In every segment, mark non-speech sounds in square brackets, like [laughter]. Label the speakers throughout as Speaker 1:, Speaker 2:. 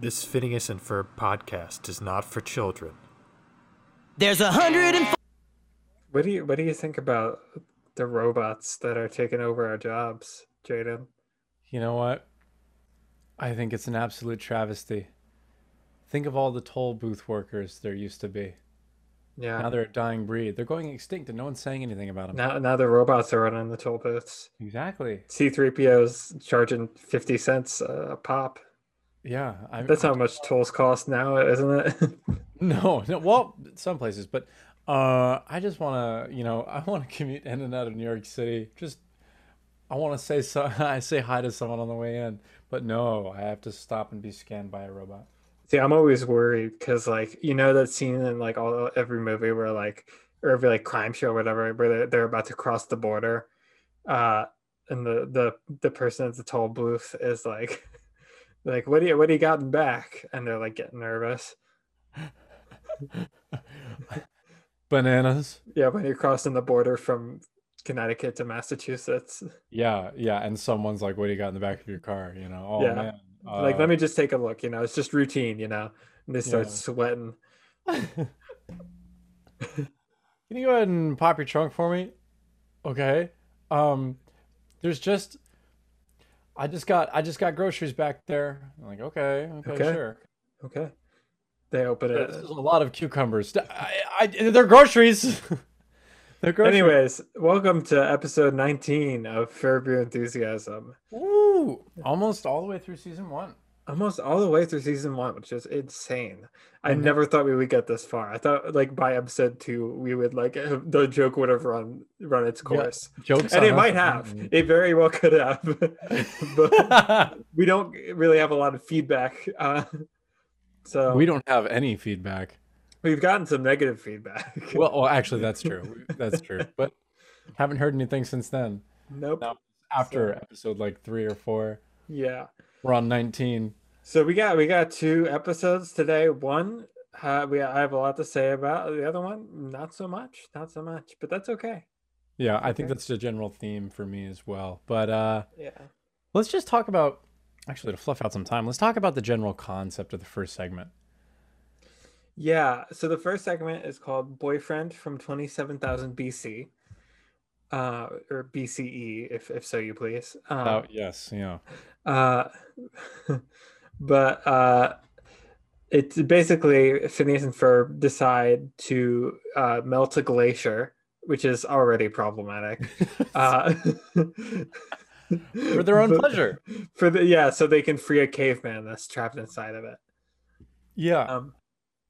Speaker 1: This Phineas and Ferb podcast is not for children.
Speaker 2: There's a hundred and
Speaker 3: What do you What do you think about the robots that are taking over our jobs, Jaden?
Speaker 4: You know what? I think it's an absolute travesty. Think of all the toll booth workers there used to be.
Speaker 3: Yeah.
Speaker 4: Now they're a dying breed. They're going extinct and no one's saying anything about them.
Speaker 3: Now, now the robots are running the toll booths.
Speaker 4: Exactly.
Speaker 3: C3PO's charging 50 cents a pop.
Speaker 4: Yeah. I,
Speaker 3: That's how much tolls cost now, isn't it?
Speaker 4: [laughs]
Speaker 3: [laughs]
Speaker 4: No, no. Well, some places, but uh, I just want to, you know, I want to commute in and out of New York City. Just, I want to say so. [laughs] I say hi to someone on the way in, but no, I have to stop and be scanned by a robot.
Speaker 3: See, I'm always worried because, like, you know that scene in like all uh, every movie where like or every like crime show or whatever where they're, they're about to cross the border, uh, and the the the person at the toll booth is like, [laughs] like, what do you what do you got in back? And they're like getting nervous.
Speaker 4: Bananas.
Speaker 3: Yeah, when you're crossing the border from Connecticut to Massachusetts,
Speaker 4: Yeah, yeah. And someone's like, "What do you got in the back of your car?" You know. Oh
Speaker 3: Yeah.
Speaker 4: man.
Speaker 3: like,
Speaker 4: uh,
Speaker 3: let me just take a look. You know, it's just routine. You know, and they start
Speaker 4: Yeah.
Speaker 3: sweating.
Speaker 4: Can you go ahead and pop your trunk for me? Okay. Um there's just I just got I just got groceries back there. I'm like, okay, okay,
Speaker 3: Okay.
Speaker 4: sure.
Speaker 3: Okay, they open it.
Speaker 4: There's a lot of cucumbers. I, I, they're groceries. [laughs] they're groceries.
Speaker 3: Anyways, welcome to episode 19 of Fairview Enthusiasm.
Speaker 4: Ooh, almost all the way through season one.
Speaker 3: Almost all the way through season one, which is insane. I
Speaker 4: Mhm.
Speaker 3: never thought we would get this far. I thought like by episode two we would like [laughs] have, the joke would have run run its course,
Speaker 4: Jokes.
Speaker 3: and
Speaker 4: on
Speaker 3: it
Speaker 4: us.
Speaker 3: might
Speaker 4: [laughs]
Speaker 3: have. It very well could have, [laughs] but
Speaker 4: Uh,
Speaker 3: we don't really have a lot of feedback. [laughs] Uh, so
Speaker 4: we don't have any feedback.
Speaker 3: we've gotten some negative feedback. [laughs]
Speaker 4: Well, well, actually, that's true. That's true. But haven't heard anything since then.
Speaker 3: nope.
Speaker 4: no. after episode like three or four.
Speaker 3: Yeah.
Speaker 4: We're on 19.
Speaker 3: So we got we got two episodes today. One uh, we I have a lot to say about. The other one, not so much, not so much, but that's okay.
Speaker 4: Yeah, I think
Speaker 3: Okay.
Speaker 4: that's the general theme for me as well. But uh,
Speaker 3: Yeah.
Speaker 4: let's just talk about, actually, to fluff out some time, let's talk about the general concept of the first segment.
Speaker 3: Yeah. So the first segment is called "Boyfriend from Twenty Seven Thousand BC," uh, or BCE, if if so you please. Um,
Speaker 4: Oh, yes,
Speaker 3: [laughs]
Speaker 4: yeah.
Speaker 3: Uh, but uh, it's basically Phineas and Ferb decide to uh, melt a glacier, which is already problematic. uh, [laughs]
Speaker 4: For their own
Speaker 3: but-
Speaker 4: pleasure.
Speaker 3: For the yeah, so they can free a caveman that's trapped inside of it.
Speaker 4: Yeah.
Speaker 3: Um,
Speaker 4: Uh,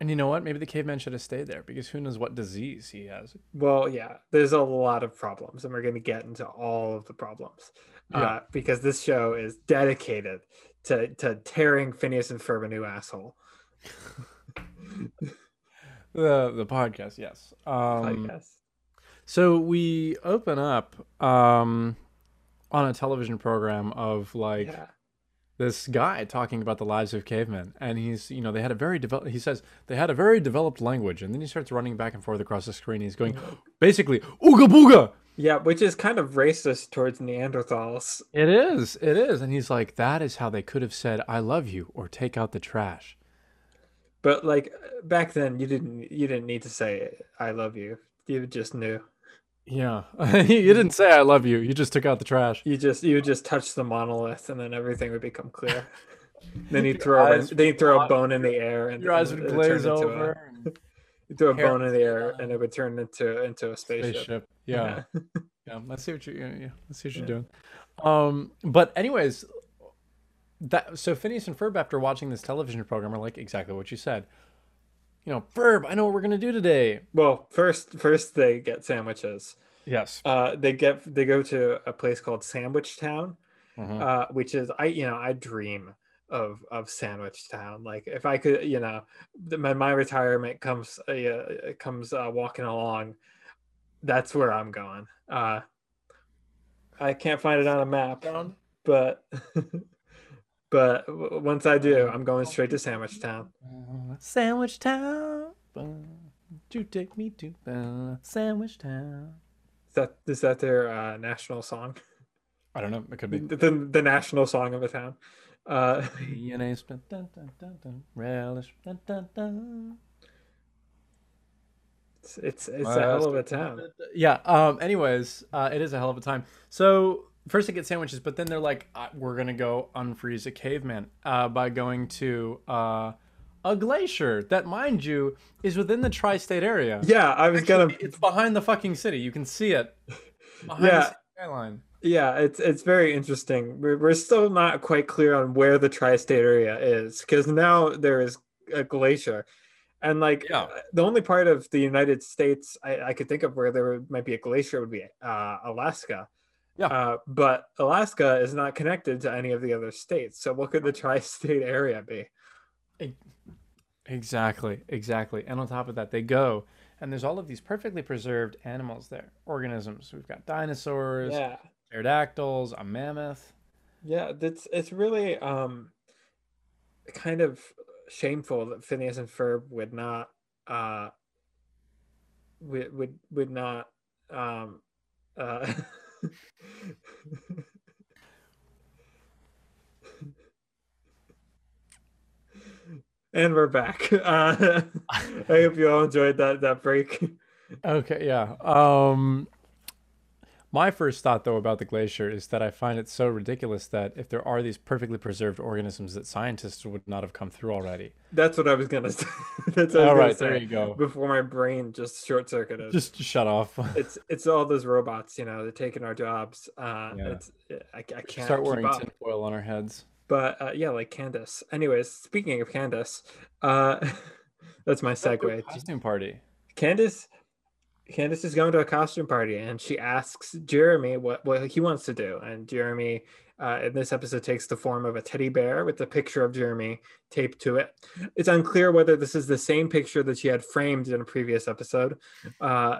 Speaker 4: and you know what? Maybe the caveman should have stayed there because who knows what disease he has.
Speaker 3: well, yeah, there's a lot of problems, and we're going to get into all of the problems
Speaker 4: Yeah.
Speaker 3: uh, because this show is dedicated to to tearing Phineas and Ferb a new asshole.
Speaker 4: The, the podcast, yes. Um,
Speaker 3: I guess.
Speaker 4: So we open up um, on a television program of like.
Speaker 3: Yeah.
Speaker 4: this guy talking about the lives of cavemen and he's you know they had a very developed he says they had a very developed language and then he starts running back and forth across the screen he's going [gasps] basically ooga booga
Speaker 3: Yeah, which is kind of racist towards Neanderthals.
Speaker 4: it is it is and he's like that is how they could have said i love you or take out the trash
Speaker 3: But like back then, you didn't you didn't need to say "I love you." You just knew.
Speaker 4: yeah [laughs] you didn't say i love you you just took out the trash
Speaker 3: You just you would just touch the monolith, and then everything would become
Speaker 4: [laughs]
Speaker 3: clear. then you throw a,
Speaker 4: eyes
Speaker 3: then you throw a
Speaker 4: would-
Speaker 3: bone in the air, and
Speaker 4: your eyes
Speaker 3: and
Speaker 4: would
Speaker 3: it would turn
Speaker 4: glaze
Speaker 3: into a-
Speaker 4: over and
Speaker 3: you throw a
Speaker 4: hair
Speaker 3: bone in the air,
Speaker 4: on.
Speaker 3: and it would turn into into a spaceship.
Speaker 4: spaceship yeah Yeah, let's see what you yeah, yeah, let's see what you're doing. Um, but anyways, that so Phineas and Ferb after watching this television program are like exactly what you said. You know, Ferb, I know what we're gonna do today.
Speaker 3: [laughs] Well, first first they get sandwiches.
Speaker 4: Yes.
Speaker 3: Uh, they get they go to a place called Sandwich Town, uh, which is I you know I dream of of Sandwich Town. Like if I could you know th- my my retirement comes uh, yeah, uh, comes uh, walking along, that's where I'm going. Uh, I can't find it on a map, but [laughs] but w- once I do, I'm going straight to Sandwich Town.
Speaker 4: Sandwich town. Do you take me to uh, Sandwich Town?
Speaker 3: Is that is that their uh, national song? [laughs]
Speaker 4: I don't know. It could be.
Speaker 3: The, the the national song of a town. Uh,
Speaker 4: DNA spin, dun, dun, dun, dun, relish. Dun, dun, dun.
Speaker 3: it's it's, it's a hell of a town.
Speaker 4: Yeah. Um. Anyways, uh, it is a hell of a time. So first they get sandwiches, but then they're like, "Uh, we're gonna go unfreeze a caveman uh, by going to uh, a glacier that, mind you, is within the tri-state area.
Speaker 3: Yeah, I was gonna.
Speaker 4: It's behind the fucking city. You can
Speaker 3: [laughs]
Speaker 4: see it. Behind
Speaker 3: Yeah.
Speaker 4: The city skyline.
Speaker 3: Yeah, it's it's very interesting. We're we're still not quite clear on where the tri-state area is because now there is a glacier, and like uh,
Speaker 4: Yeah.
Speaker 3: the only part of the United States I, I could think of where there might be a glacier would be uh, Alaska.
Speaker 4: Yeah.
Speaker 3: Uh, but Alaska is not connected to any of the other states, so what could the tri-state area be?
Speaker 4: Exactly, exactly. And on top of that, they go and there's all of these perfectly preserved animals there, organisms. We've got dinosaurs,
Speaker 3: Yeah,
Speaker 4: pterodactyls, a mammoth.
Speaker 3: yeah. That's it's really um, kind of shameful that Phineas and Ferb would not uh would would would not um uh [laughs] and we're back [laughs] uh i hope you all enjoyed that that break
Speaker 4: Okay, yeah. Um my first thought though about the glacier is that I find it so ridiculous that if there are these perfectly preserved organisms that scientists would not have come through already.
Speaker 3: that's what i was gonna [laughs] say that's what I was
Speaker 4: All
Speaker 3: gonna
Speaker 4: right, there
Speaker 3: say
Speaker 4: you go.
Speaker 3: before my brain just short-circuited
Speaker 4: Just shut off. [laughs]
Speaker 3: it's it's all those robots you know they're taking our jobs uh
Speaker 4: Yeah.
Speaker 3: it's i, I can't
Speaker 4: Start
Speaker 3: keep
Speaker 4: wearing
Speaker 3: up.
Speaker 4: tinfoil on our heads.
Speaker 3: but uh, yeah, like Candace. Anyways, speaking of Candace, uh, [laughs] that's my segue.
Speaker 4: Costume party.
Speaker 3: Candace, Candace is going to a costume party, and she asks Jeremy what what he wants to do, and Jeremy. Uh, in this episode takes the form of a teddy bear with a picture of jeremy taped to it it's unclear whether this is the same picture that she had framed in a previous episode uh,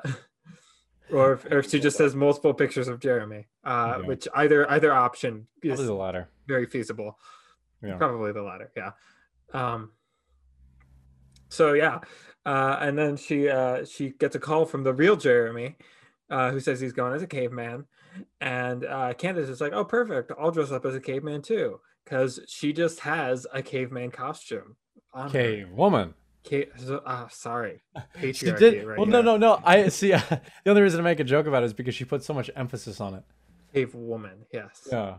Speaker 3: or, if, or if she just has multiple pictures of jeremy uh,
Speaker 4: Yeah.
Speaker 3: which either either option is
Speaker 4: Probably the latter.
Speaker 3: very feasible.
Speaker 4: Yeah.
Speaker 3: Probably the latter, yeah. Um, so yeah, uh, and then she uh, she gets a call from the real Jeremy, uh, who says he's going as a caveman, and uh, Candace is like, "Oh, perfect! I'll dress up as a caveman too," because she just has a caveman costume. On her.
Speaker 4: Okay, woman.
Speaker 3: Ca- so- ah, sorry, patriarchy.
Speaker 4: [laughs] She did.
Speaker 3: Right
Speaker 4: well,
Speaker 3: here.
Speaker 4: no, no, no. I [laughs] see. uh, the only reason I make a joke about it is because she put so much emphasis on it.
Speaker 3: cave woman. Yes.
Speaker 4: Yeah.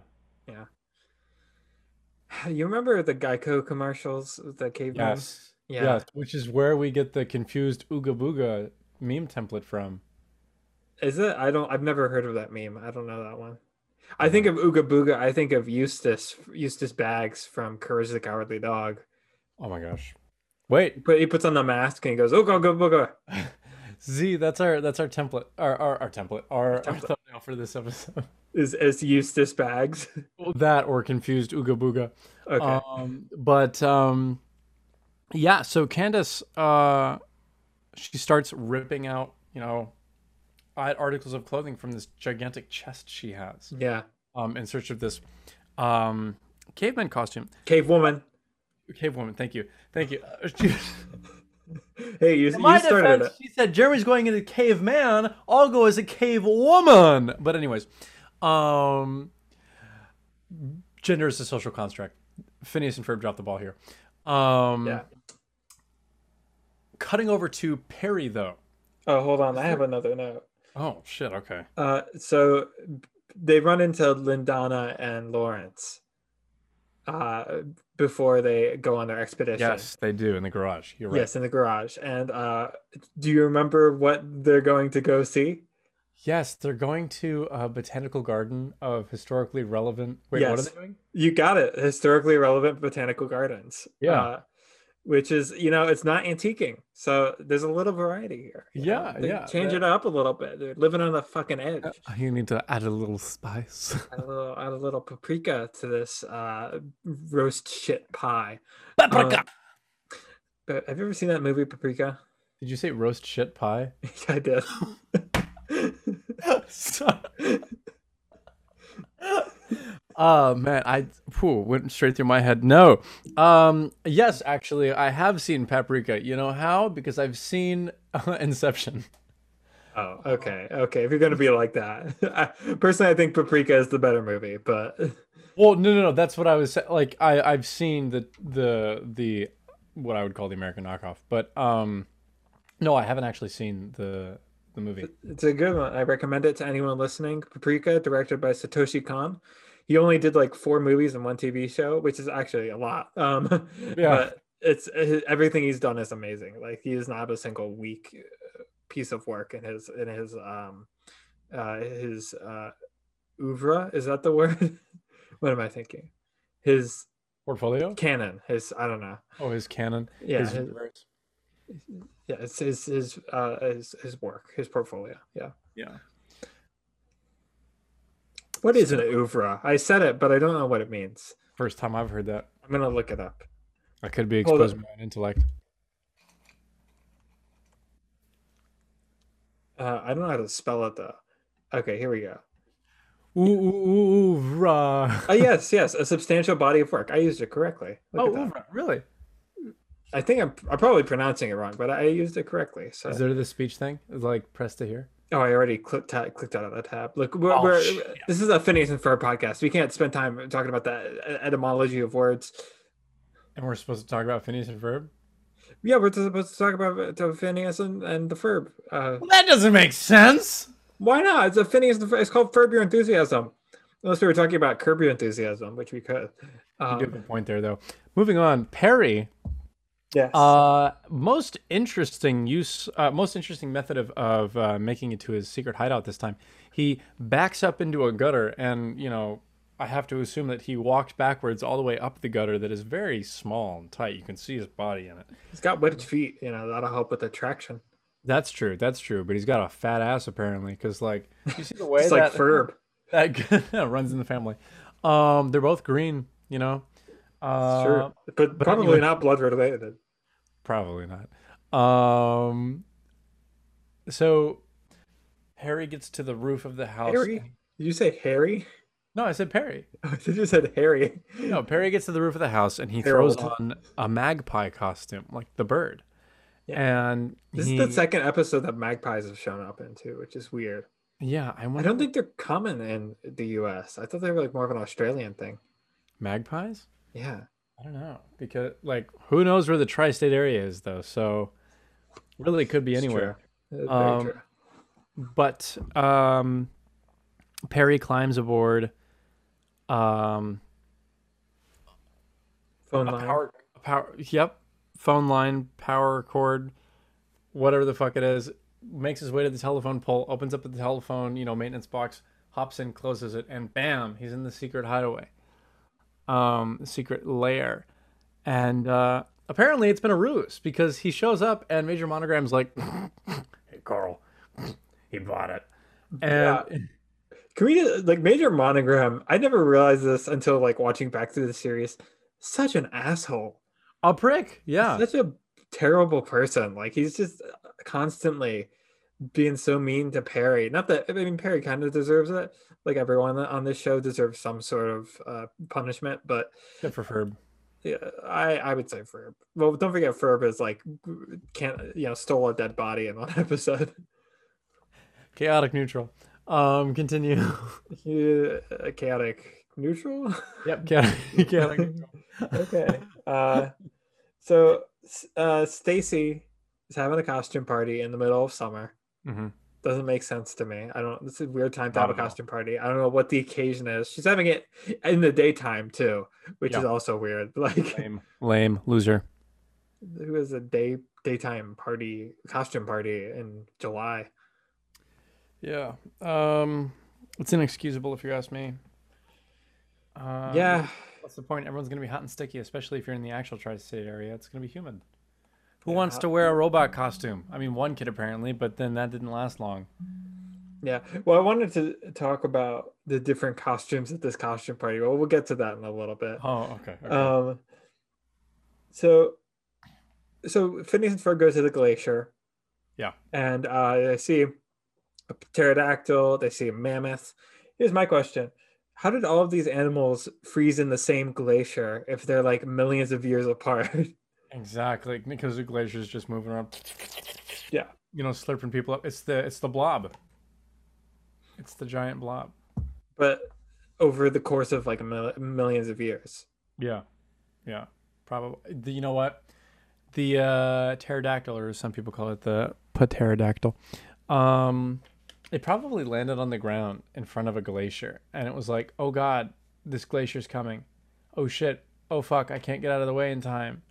Speaker 3: You remember the Geico commercials, with the caveman?
Speaker 4: Yes. Yes. Which is where we get the confused Ooga Booga meme template from.
Speaker 3: Is it? I don't. I've never heard of that meme. I don't know that one. I think of Ooga Booga. I think of Eustace Eustace Bags from Courage the Cowardly Dog.
Speaker 4: Oh my gosh. Wait,
Speaker 3: But he puts on the mask and he goes Ooga Ooga Booga.
Speaker 4: Z. That's our that's our template. Our our, our template. Our, our
Speaker 3: template.
Speaker 4: thumbnail for this episode. [laughs]
Speaker 3: Is as Eustace Bags. [laughs]
Speaker 4: that or confused Ooga Booga.
Speaker 3: Okay.
Speaker 4: Um, but um, yeah, so Candace, uh, she starts ripping out, you know, odd articles of clothing from this gigantic chest she has
Speaker 3: yeah.
Speaker 4: um, in search of this um, caveman costume.
Speaker 3: Cave woman.
Speaker 4: Cave woman, thank you.
Speaker 3: [laughs]
Speaker 4: Thank you. [laughs] Uh, she-
Speaker 3: Hey, you,
Speaker 4: In my
Speaker 3: you started
Speaker 4: defense, she said Jeremy's going into cave man. I'll go as a cave woman. But anyways, um, gender is a social construct. Phineas and Ferb dropped the ball here. Um,
Speaker 3: it. Yeah.
Speaker 4: Cutting over to Perry though.
Speaker 3: Oh, hold on. I have another note.
Speaker 4: Oh shit. Okay.
Speaker 3: Uh, so they run into Lindana and Lawrence. Uh, before they go on their expedition.
Speaker 4: Yes, they do in the garage. You're right.
Speaker 3: Yes, in the garage. And uh, do you remember what they're going to go see?
Speaker 4: Yes, they're going to a botanical garden of historically relevant. Wait, what are
Speaker 3: Yes.
Speaker 4: they doing?
Speaker 3: You got it. Historically relevant botanical gardens.
Speaker 4: Yeah.
Speaker 3: Uh, which is, you know, it's not antiquing. So there's a little variety here. you know?
Speaker 4: Yeah,
Speaker 3: They
Speaker 4: yeah,
Speaker 3: Change
Speaker 4: that-
Speaker 3: it up a little bit. They're living on the fucking edge.
Speaker 4: Uh, You need to add a little spice. [laughs]
Speaker 3: Add a little, add a little paprika to this uh, roast shit pie.
Speaker 2: Paprika.
Speaker 3: Um, but have you ever seen that movie Paprika? [laughs]
Speaker 4: Did you say roast shit pie?
Speaker 3: I
Speaker 4: [laughs]
Speaker 3: did.
Speaker 4: Sorry. [laughs] oh man, I phew, went straight through my head. No. Um yes, actually I have seen Paprika. You know how? Because I've seen [laughs] Inception.
Speaker 3: Oh, [laughs] okay, okay. If you're gonna be like that, I, personally, I think Paprika is the better movie, but [laughs]
Speaker 4: Well, no, no, no. That's what I was sa- like. I I've seen the the the what I would call the American knockoff, but um, no, I haven't actually seen the the movie.
Speaker 3: It's a good one. I recommend it to anyone listening. Paprika, directed by Satoshi Kon. He only did like four movies and one TV show, which is actually a lot. [laughs] Um,
Speaker 4: Yeah.
Speaker 3: but it's uh, his- everything he's done is amazing. Like he does not have a single weak uh, piece of work in his in his um uh his uh oeuvre. Is that the [laughs] word? what am I thinking? His
Speaker 4: Portfolio?
Speaker 3: canon. His I don't know.
Speaker 4: Oh, his canon.
Speaker 3: Yeah,
Speaker 4: his
Speaker 3: his-
Speaker 4: universe.
Speaker 3: yeah. It's his his uh his his work, his portfolio. Yeah.
Speaker 4: Yeah.
Speaker 3: What is an oeuvre? I said it, but I don't know what it means.
Speaker 4: First time I've heard that.
Speaker 3: I'm gonna look it up.
Speaker 4: I could be
Speaker 3: Hold
Speaker 4: exposing
Speaker 3: on.
Speaker 4: my own intellect.
Speaker 3: Uh, I don't know how to spell it though. Okay, here we go.
Speaker 4: Ooh, ooh, ooh, ooh, rah. [laughs]
Speaker 3: Oh yes, yes, a substantial body of work. I used it correctly. Look
Speaker 4: Oh,
Speaker 3: at that.
Speaker 4: oeuvre, really?
Speaker 3: I think I'm, I'm probably pronouncing it wrong, but I used it correctly. So
Speaker 4: Is there the speech thing? It's like press to hear.
Speaker 3: oh, I already clicked ta- clicked out of that tab. Look, we're,
Speaker 4: Oh,
Speaker 3: we're,
Speaker 4: shit, yeah.
Speaker 3: this is a Phineas for a podcast. We can't spend time talking about the e-, etymology of words.
Speaker 4: And we're supposed to talk about Phineas and Ferb?
Speaker 3: Yeah, we're supposed to talk about uh, Phineas and, and the Ferb. Uh,
Speaker 4: Well, that doesn't make sense.
Speaker 3: why not? It's a Phineas. And Ferb. It's called Ferb Your Enthusiasm. Unless we were talking about Curb Your Enthusiasm, which we could.
Speaker 4: You do have
Speaker 3: Um,
Speaker 4: a point there, though. Moving on, Perry.
Speaker 3: yes.
Speaker 4: Uh, most interesting use, uh, most interesting method of, of uh, making it to his secret hideout this time. He backs up into a gutter, and you know, I have to assume that he walked backwards all the way up the gutter that is very small and tight. You can see his body in it.
Speaker 3: He's got wet feet. You know that'll help with the traction.
Speaker 4: That's true. That's true. But he's got a fat ass apparently, because like you see [laughs] the way
Speaker 3: It's like
Speaker 4: that
Speaker 3: Ferb.
Speaker 4: that g- [laughs] runs in the family. Um, they're both green. You know, uh,
Speaker 3: Sure, but, probably
Speaker 4: anyway.
Speaker 3: not blood related.
Speaker 4: Probably not. Um, so Harry gets to the roof of the house.
Speaker 3: Harry? Did you say Harry? [laughs]
Speaker 4: No, I said Perry.
Speaker 3: Did you said Harry?
Speaker 4: No, Perry gets to the roof of the house and he
Speaker 3: Harold.
Speaker 4: throws on a magpie costume, like the bird. And
Speaker 3: This
Speaker 4: he-
Speaker 3: is the second episode that magpies have shown up in too, which is weird.
Speaker 4: Yeah, I
Speaker 3: I
Speaker 4: wonder.
Speaker 3: don't think they're common in the U.S. I thought they were like more of an Australian thing.
Speaker 4: magpies.
Speaker 3: Yeah,
Speaker 4: I don't know because, like, who knows where the tri-state area is though? So, really, it could be
Speaker 3: it's
Speaker 4: anywhere.
Speaker 3: true. It's very
Speaker 4: Um,
Speaker 3: true.
Speaker 4: but um, Perry climbs aboard. Um,
Speaker 3: Phone
Speaker 4: a
Speaker 3: line.
Speaker 4: power, a power, yep, phone line, power cord, whatever the fuck it is, makes his way to the telephone pole, opens up the telephone, you know, maintenance box, hops in, closes it, and bam, he's in the secret hideaway, um, secret lair, and uh, apparently it's been a ruse because he shows up and Major Monogram's like, [laughs] "Hey Carl, [laughs] he bought it," and
Speaker 3: Can we just, like Major Monogram? I never realized this until like watching back through the series. Such an asshole.
Speaker 4: a prick, yeah,
Speaker 3: such a terrible person. Like he's just uh, constantly being so mean to Perry. Not that I mean Perry kind of deserves it. Like everyone on this show deserves some sort of uh, punishment, but
Speaker 4: except for Ferb.
Speaker 3: yeah, I I would say Ferb. Well, don't forget Ferb is like can't you know stole a dead body in one [laughs] episode.
Speaker 4: Chaotic neutral. Um, [laughs] continue.
Speaker 3: Yeah, a uh, chaotic neutral.
Speaker 4: Yep. Chaotic, chaotic neutral.
Speaker 3: okay. Uh, so s- uh, Stacy is having a costume party in the middle of summer.
Speaker 4: Mm-hmm.
Speaker 3: doesn't make sense to me. I don't. This is a weird time to have a
Speaker 4: Not at all.
Speaker 3: costume party. I don't know what the occasion is. She's having it in the daytime too, which is
Speaker 4: Yeah.
Speaker 3: also weird. [laughs] Like,
Speaker 4: Lame. Lame. Loser.
Speaker 3: who has a day daytime party costume party in July?
Speaker 4: Yeah. Um, it's inexcusable if you ask me. Um,
Speaker 3: yeah,
Speaker 4: What's the point? Everyone's gonna be hot and sticky, especially if you're in the actual tri-state area. It's gonna be humid. Who wants to wear a robot costume? I mean, one kid apparently, but then that didn't last long.
Speaker 3: yeah. Well, I wanted to talk about the different costumes at this costume party. Well, we'll get to that in a little bit.
Speaker 4: Oh, okay. okay.
Speaker 3: Um, so, so Phineas and Ferb go to the glacier.
Speaker 4: Yeah.
Speaker 3: And uh, they see a pterodactyl. They see a mammoth. Here's my question: How did all of these animals freeze in the same glacier if they're like millions of years apart? [laughs]
Speaker 4: exactly, because the glacier's just moving around.
Speaker 3: Yeah.
Speaker 4: You know, slurping people up. It's the it's the blob. It's the giant blob.
Speaker 3: but over the course of like mil- millions of years.
Speaker 4: Yeah, yeah, probably. The- You know what? The uh, pterodactyl, or as some people call it, the pterodactyl. Um, it probably landed on the ground in front of a glacier, and it was like, "Oh God, this glacier's coming! Oh shit! Oh fuck! I can't get out of the way in time."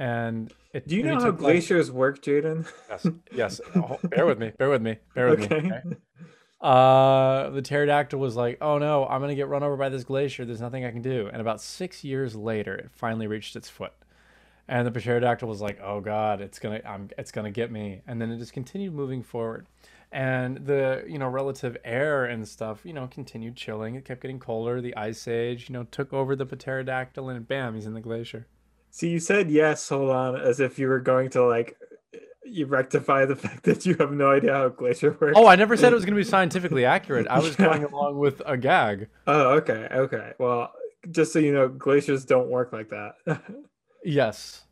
Speaker 4: And it,
Speaker 3: Do you
Speaker 4: maybe
Speaker 3: know how
Speaker 4: took, like-
Speaker 3: glaciers work, Jaden? [laughs]
Speaker 4: Yes. Yes. Oh, bear with me. Bear with me. Bear with
Speaker 3: Okay.
Speaker 4: me. okay? Uh, the pterodactyl was like, "Oh no, I'm gonna get run over by this glacier. There's nothing I can do." And about six years later, it finally reached its foot, and the pterodactyl was like, "Oh god, it's gonna, I'm, it's gonna get me." And then it just continued moving forward, and the you know relative air and stuff, you know, continued chilling. It kept getting colder. The ice age, you know, took over the pterodactyl, and bam, he's in the glacier.
Speaker 3: See, you said yes, hold on, as if you were going to like you rectify the [laughs] fact that you have no idea how a glacier works.
Speaker 4: Oh, I never said it was gonna be scientifically accurate. I was
Speaker 3: Yeah.
Speaker 4: going along with a gag.
Speaker 3: Oh, okay, okay. Well, just so you know, glaciers don't work like that. [laughs]
Speaker 4: Yes.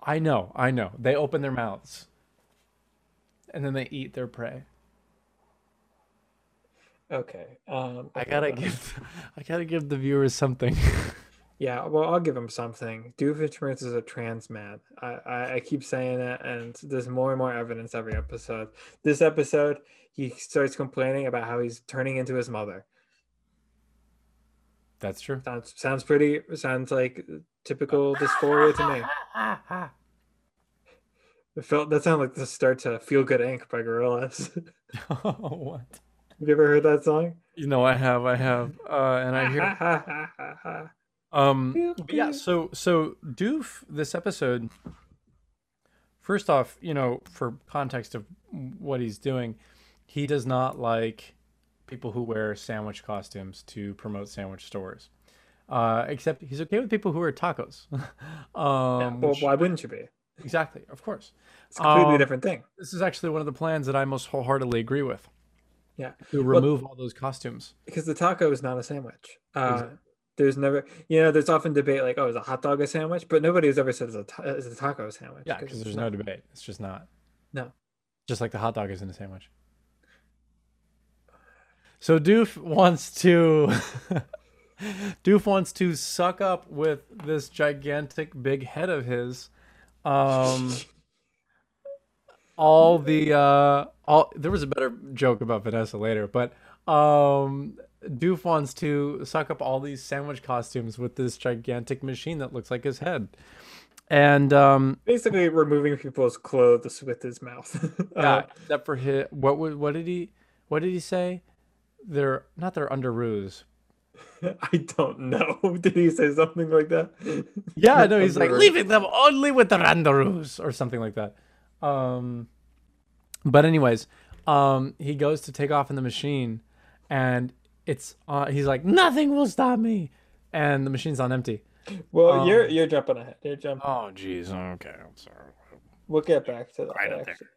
Speaker 4: I know, I know. They open their mouths. And then they eat their prey.
Speaker 3: okay. Um,
Speaker 4: I [laughs] gotta give I gotta give the viewers something.
Speaker 3: Yeah, well, I'll give him something. Doofenshmirtz is a trans man. I, I, I keep saying it, and there's more and more evidence every episode. This episode, he starts complaining about how he's turning into his mother.
Speaker 4: That's [laughs] true.
Speaker 3: Sounds sounds pretty. Sounds like typical dysphoria to me. It felt that sounded like the start to "Feel Good Inc." by Gorillaz. [laughs] Have
Speaker 4: Oh, what?
Speaker 3: you ever heard that song?
Speaker 4: You know, I have, I have. Uh and I hear
Speaker 3: [laughs]
Speaker 4: um but yeah, so so Doof this episode first off, you know, for context of what he's doing, he does not like people who wear sandwich costumes to promote sandwich stores. Uh, except he's okay with people who wear tacos. [laughs] um,
Speaker 3: well,
Speaker 4: which-
Speaker 3: why wouldn't you be?
Speaker 4: exactly, of course.
Speaker 3: It's a completely
Speaker 4: Um,
Speaker 3: different thing.
Speaker 4: This is actually one of the plans that I most wholeheartedly agree with.
Speaker 3: Yeah.
Speaker 4: To remove all those costumes.
Speaker 3: because the taco is not a sandwich. Uh, there's never, you know, there's often debate like, oh, is a hot dog a sandwich? But nobody has ever said it's a, ta- it's a taco sandwich.
Speaker 4: Yeah, because there's
Speaker 3: it's
Speaker 4: no
Speaker 3: not.
Speaker 4: debate. It's just not.
Speaker 3: No.
Speaker 4: Just like the hot dog is in a sandwich. So Doof wants to [laughs] Doof wants to suck up with this gigantic big head of his. Um all the uh all there was a better joke about Vanessa later, but um Doof wants to suck up all these sandwich costumes with this gigantic machine that looks like his head. And um
Speaker 3: Basically, removing people's clothes with his mouth. [laughs]
Speaker 4: yeah,
Speaker 3: Uh,
Speaker 4: except for his, what wa- what did he what did he say? They're not their underoos.
Speaker 3: I don't know. [laughs] Did he say something like that?
Speaker 4: Yeah, no, he's like
Speaker 3: Underoos.
Speaker 4: leaving them only with their underoos or something like that. Um, but anyways, um, he goes to take off in the machine, and it's uh, he's like nothing will stop me, and the machine's on empty.
Speaker 3: Well,
Speaker 4: Um,
Speaker 3: you're you're jumping ahead. You're jumping.
Speaker 4: Oh jeez, okay, I'm sorry.
Speaker 3: We'll get back to that.
Speaker 4: Right up there.
Speaker 3: actually.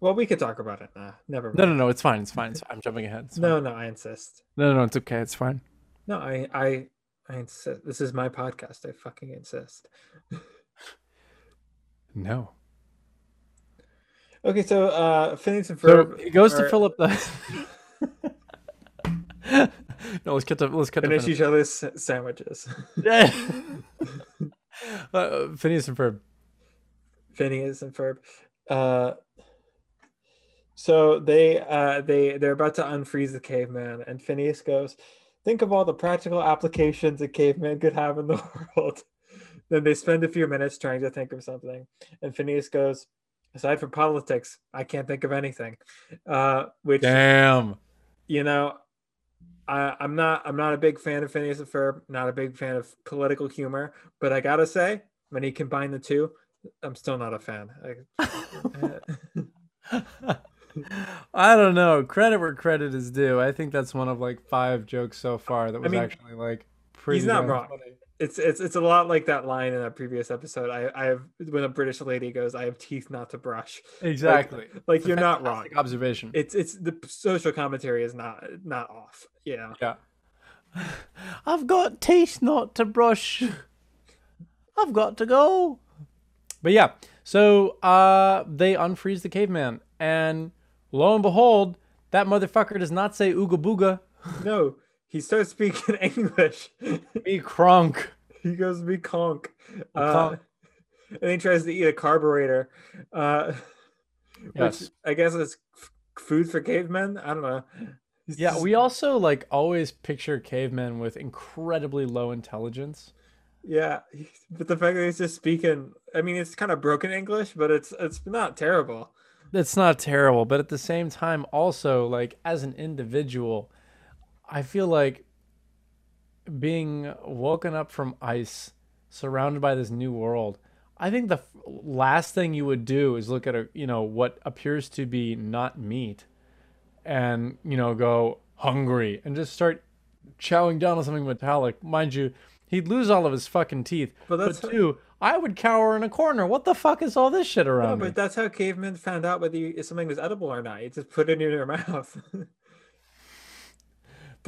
Speaker 3: Well, we could talk about it now. Never
Speaker 4: No,
Speaker 3: mind.
Speaker 4: no, no, it's fine, it's fine. It's, I'm jumping ahead. It's fine.
Speaker 3: No, no, I insist.
Speaker 4: no, no, no, it's okay, it's fine.
Speaker 3: No, I, I, I insist. This is my podcast. I fucking insist.
Speaker 4: No.
Speaker 3: Okay, so uh, Phineas and
Speaker 4: So
Speaker 3: Ferb.
Speaker 4: he goes to
Speaker 3: are-
Speaker 4: fill up the. [laughs] no, let's cut to let's cut to
Speaker 3: finish
Speaker 4: Phineas.
Speaker 3: each other's sa- sandwiches. [laughs]
Speaker 4: [laughs] uh, Phineas and Ferb.
Speaker 3: Phineas and Ferb. Uh, so they uh, they they're about to unfreeze the caveman, and Phineas goes, "Think of all the practical applications a caveman could have in the [laughs] world." then they spend a few minutes trying to think of something, and Phineas goes, "Aside from politics, I can't think of anything," uh, which
Speaker 4: Damn.
Speaker 3: you know. I, I'm not. I'm not a big fan of Phineas and Ferb. Not a big fan of political humor. But I gotta say, when you combine the two, I'm still not a fan. I,
Speaker 4: I don't know. Credit where credit is due. I think that's one of like five jokes so far that was
Speaker 3: mean,
Speaker 4: actually like pretty.
Speaker 3: not
Speaker 4: damn
Speaker 3: wrong.
Speaker 4: funny.
Speaker 3: it's it's it's a lot like that line in that previous episode. I I have when a British lady goes, "I have teeth not to brush."
Speaker 4: Exactly.
Speaker 3: Like
Speaker 4: It's a
Speaker 3: you're not wrong.
Speaker 4: fantastic Observation.
Speaker 3: It's it's the social commentary is not not off. Yeah,
Speaker 4: Yeah. I've got teeth not to brush. I've got to go. But yeah, so uh, they unfreeze the caveman, and lo and behold, that motherfucker does not say ooga booga.
Speaker 3: no, he starts speaking [laughs] English.
Speaker 4: Me crunk.
Speaker 3: he goes me conk. Uh, and then he tries to eat a carburetor. Uh, [laughs]
Speaker 4: Yes.
Speaker 3: Which I guess is f- food for cavemen. I don't know. He's
Speaker 4: Yeah,
Speaker 3: just-
Speaker 4: we also like always picture cavemen with incredibly low intelligence.
Speaker 3: yeah. he- But the fact that he's just speaking, I mean, it's kind of broken English, but it's it's not terrible.
Speaker 4: That's not terrible, but at the same time, also like as an individual, I feel like being woken up from ice, surrounded by this new world. I think the f- last thing you would do is look at a you know what appears to be not meat, and you know go hungry and just start chowing down on something metallic. Mind you, he'd lose all of his fucking teeth.
Speaker 3: But
Speaker 4: But,
Speaker 3: that's-
Speaker 4: two, I would cower in a corner. What the fuck is all this shit
Speaker 3: No,
Speaker 4: around me?
Speaker 3: but that's how cavemen found out whether you, if something was edible or not. You just put it in your [laughs] mouth. they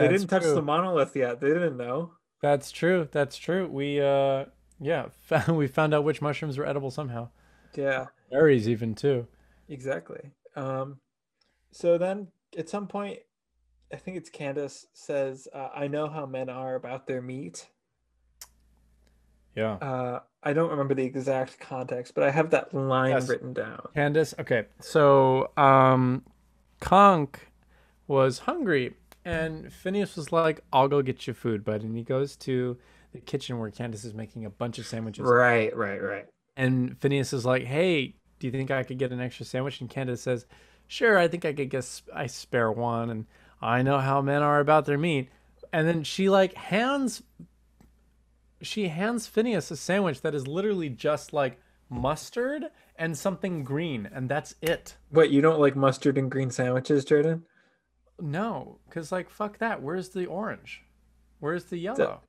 Speaker 4: That's
Speaker 3: didn't touch the
Speaker 4: true.
Speaker 3: monolith yet. They didn't know.
Speaker 4: That's true. That's true. We uh yeah, [laughs] we found out which mushrooms were edible somehow.
Speaker 3: Yeah.
Speaker 4: Berries even too.
Speaker 3: Exactly. Um, so then at some point, I think it's Candace says, uh, I know how men are about their meat.
Speaker 4: Yeah.
Speaker 3: Uh, I don't remember the exact context, but I have that line
Speaker 4: Yes.
Speaker 3: written down.
Speaker 4: Candace, okay. So um Conk was hungry and Phineas was like, I'll go get you food, bud. And he goes to the kitchen where Candace is making a bunch of sandwiches.
Speaker 3: Right, right, right.
Speaker 4: And Phineas is like, Hey, do you think I could get an extra sandwich? And Candace says, Sure, I think I could guess I spare one and I know how men are about their meat. And then she like hands she hands Phineas a sandwich that is literally just like mustard and something green, and that's it.
Speaker 3: What, you don't like mustard and green sandwiches, Jordan?
Speaker 4: No, because like fuck that. Where's the orange? Where's the yellow?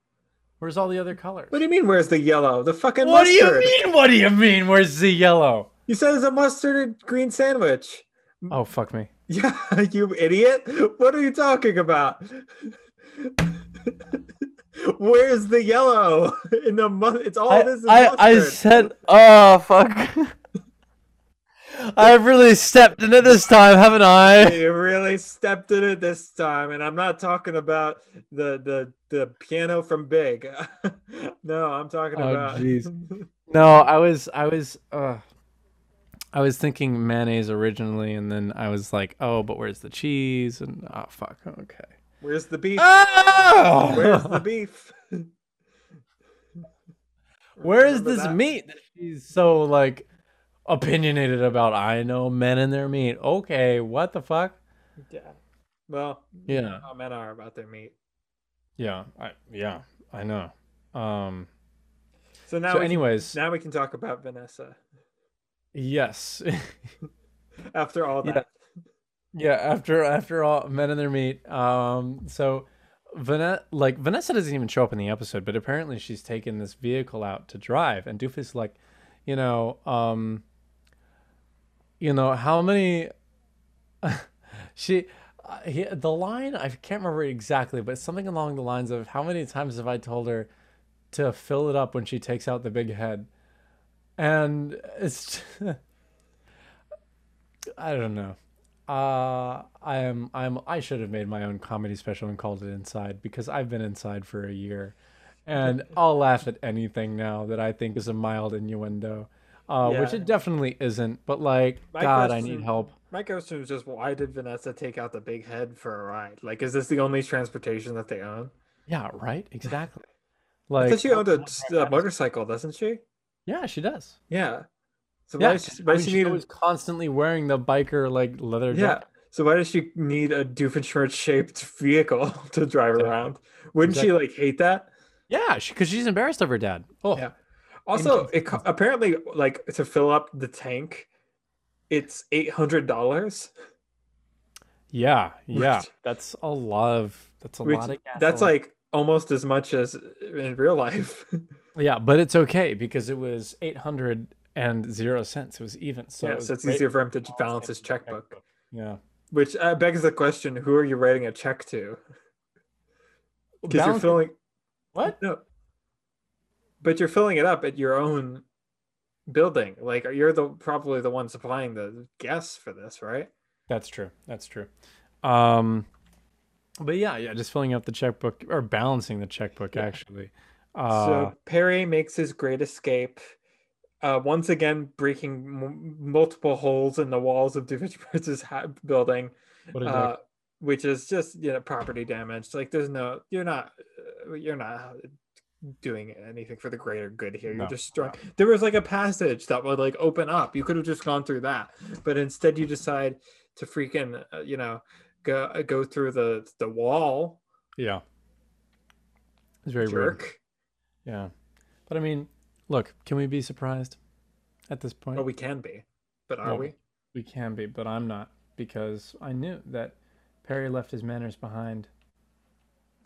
Speaker 4: Where's all the other colors?
Speaker 3: What do you mean, where's the yellow? The fucking
Speaker 4: What do you
Speaker 3: mustard.
Speaker 4: mean? What do you mean? Where's the yellow?
Speaker 3: You said it's a mustard and green sandwich. [laughs]
Speaker 4: Oh fuck me.
Speaker 3: Yeah, you idiot. What are you talking about? [laughs] Where's the yellow [laughs] in the mu- It's all
Speaker 4: I,
Speaker 3: Oh, this is
Speaker 4: I, I
Speaker 3: mustard.
Speaker 4: said, oh fuck. [laughs] I've really stepped in it this time,
Speaker 3: [laughs]
Speaker 4: haven't [laughs] I?
Speaker 3: you really stepped in it this time, and I'm not talking about the the the piano from Big. [laughs] no, I'm talking
Speaker 4: Oh,
Speaker 3: about. [laughs]
Speaker 4: jeez. No, I was, I was, uh, I was thinking mayonnaise originally, and then I was like, oh, but where's the cheese? And oh fuck, okay.
Speaker 3: Where's the beef?
Speaker 4: Ah! Oh,
Speaker 3: Where's
Speaker 4: [laughs]
Speaker 3: the beef?
Speaker 4: Where is
Speaker 3: Remember
Speaker 4: this
Speaker 3: that?
Speaker 4: meat that she's so like opinionated about? I know men and their meat. Okay, what the fuck?
Speaker 3: Yeah. Well,
Speaker 4: Yeah,
Speaker 3: how men are about their meat.
Speaker 4: yeah, I, yeah, I know. Um,
Speaker 3: So now,
Speaker 4: so,
Speaker 3: we
Speaker 4: anyways,
Speaker 3: can, now we can talk about Vanessa
Speaker 4: yes, [laughs]
Speaker 3: after all
Speaker 4: Yeah.
Speaker 3: that.
Speaker 4: yeah. After after all, men and their meat. Um, so Vanessa, like Vanessa, doesn't even show up in the episode, but apparently she's taken this vehicle out to drive, and Doofus is like, you know, um, you know, how many [laughs] she uh, he, the line i can't remember it exactly but something along the lines of how many times have i told her to fill it up when she takes out the big head and it's [laughs] i don't know uh i am i'm i should have made my own comedy special and called it inside because i've been inside for a year and i'll laugh at anything now that i think is a mild innuendo uh, which
Speaker 3: Yeah.
Speaker 4: it definitely isn't but like
Speaker 3: My
Speaker 4: god i
Speaker 3: question-
Speaker 4: need help
Speaker 3: My question was just why did Vanessa take out the big head for a ride? Like, is this the only transportation that they own?
Speaker 4: Yeah, right.
Speaker 3: [laughs]
Speaker 4: Exactly.
Speaker 3: I
Speaker 4: Like,
Speaker 3: thought she owned a, a motorcycle, doesn't she?
Speaker 4: yeah, she does.
Speaker 3: Yeah. So why
Speaker 4: Yeah,
Speaker 3: does she, why
Speaker 4: I
Speaker 3: does
Speaker 4: mean,
Speaker 3: she
Speaker 4: she
Speaker 3: need? a-
Speaker 4: was constantly wearing the biker like leather.
Speaker 3: yeah.
Speaker 4: jacket.
Speaker 3: So why does she need a Doofenshmirtz shaped [laughs] vehicle to drive
Speaker 4: Exactly.
Speaker 3: around? Wouldn't she like hate that?
Speaker 4: yeah, because she's embarrassed of her dad. Oh,
Speaker 3: Yeah. Also, it co- apparently like to fill up the tank, it's eight hundred dollars.
Speaker 4: yeah, yeah.
Speaker 3: Which-
Speaker 4: That's a lot of. That's a
Speaker 3: Which
Speaker 4: lot of.
Speaker 3: that's
Speaker 4: gasoline.
Speaker 3: like almost as much as in real life. [laughs]
Speaker 4: Yeah, but it's okay because it was eight hundred and zero cents. It was even. So it
Speaker 3: yeah,
Speaker 4: was
Speaker 3: so it's
Speaker 4: great.
Speaker 3: easier for him to j- balance his checkbook.
Speaker 4: Yeah.
Speaker 3: Which uh, begs the question: Who are you writing a check to? Because you're
Speaker 4: Balance-
Speaker 3: filling [laughs]
Speaker 4: What?
Speaker 3: no, but you're filling it up at your own building. Like you're the probably the one supplying the gas for this, right?
Speaker 4: That's true. That's true. Um, But yeah, yeah, just filling up the checkbook or balancing the checkbook actually. Uh,
Speaker 3: so Perry makes his great escape, uh, once again breaking m- multiple holes in the walls of Doofenshmirtz's ha- building,
Speaker 4: what a dick.
Speaker 3: uh, which is just you know property damage. Like there's no, you're not, uh, you're not doing anything for the greater good here.
Speaker 4: No,
Speaker 3: You're just drunk. There was like a passage that would like open up. You could have just gone through that, but instead you decide to freaking uh, you know go uh, go through the the wall
Speaker 4: yeah. It's very weird.
Speaker 3: jerk.
Speaker 4: Yeah. But I mean, look, can we be surprised at this point?
Speaker 3: Well, we can be, but are
Speaker 4: Well,
Speaker 3: we?
Speaker 4: We can be, but I'm not because I knew that Perry left his manners behind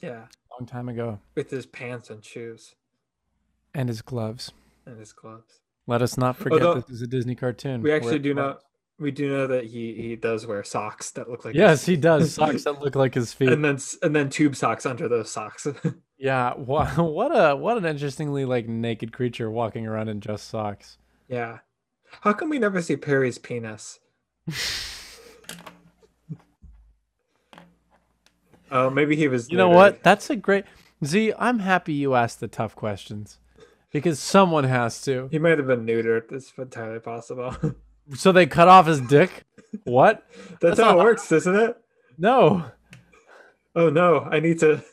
Speaker 3: Yeah,
Speaker 4: a long time ago
Speaker 3: with his pants and shoes
Speaker 4: and his gloves.
Speaker 3: and his gloves.
Speaker 4: Let us not forget
Speaker 3: Although-
Speaker 4: this is a Disney cartoon.
Speaker 3: We
Speaker 4: where-
Speaker 3: actually do know. We do know that he he does wear socks that look like his-
Speaker 4: [laughs] Yes, he does. Socks that look like his feet.
Speaker 3: and then s- and then tube socks under those socks. [laughs]
Speaker 4: yeah. [laughs] What, what a what an interestingly like naked creature walking around in just socks.
Speaker 3: yeah, how come we never see Perry's
Speaker 4: [laughs]
Speaker 3: penis? Oh, maybe he was.
Speaker 4: You know
Speaker 3: neutered.
Speaker 4: what? That's a great Z. I'm happy you asked the tough questions because someone has to.
Speaker 3: He might have been neutered. It's entirely possible. [laughs]
Speaker 4: So they cut off his dick. What?
Speaker 3: That's how it works, isn't it?
Speaker 4: No.
Speaker 3: Oh no, I need to.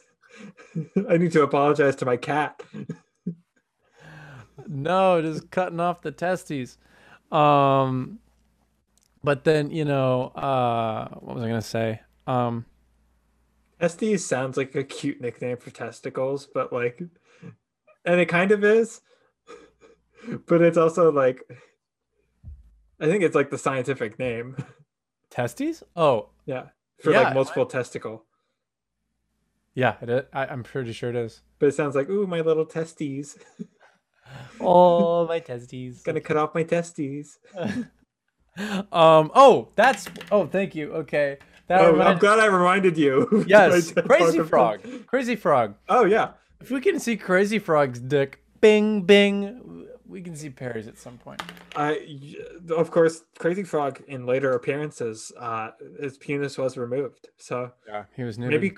Speaker 3: [laughs] I need to apologize to my cat.
Speaker 4: No, just cutting off the testes. Um, but then you know, uh, what was I gonna say? Um,
Speaker 3: Testes sounds like a cute nickname for testicles, but like, and it kind of is, but it's also like, I think it's like the scientific name. [laughs]
Speaker 4: testes? Oh,
Speaker 3: Yeah. For
Speaker 4: Yeah,
Speaker 3: like multiple testicle.
Speaker 4: yeah. It, is- I, I'm pretty sure it is.
Speaker 3: But it sounds like, ooh, my little testes.
Speaker 4: Oh, my testes.
Speaker 3: Gonna cut off my testes.
Speaker 4: [laughs] Um. Oh, that's. Oh, thank you. Okay. [laughs] That
Speaker 3: Oh, I'm
Speaker 4: reminds-
Speaker 3: glad I reminded
Speaker 4: [laughs]
Speaker 3: you. [laughs]
Speaker 4: Yes,
Speaker 3: I did
Speaker 4: crazy
Speaker 3: talk about-
Speaker 4: frog. Crazy frog.
Speaker 3: Oh, yeah.
Speaker 4: If we can see Crazy Frog's dick, bing bing, we can see Perry's at some point.
Speaker 3: I, of course, Crazy Frog in later appearances, uh, his penis was removed. So
Speaker 4: Yeah, he was new. [laughs]
Speaker 3: maybe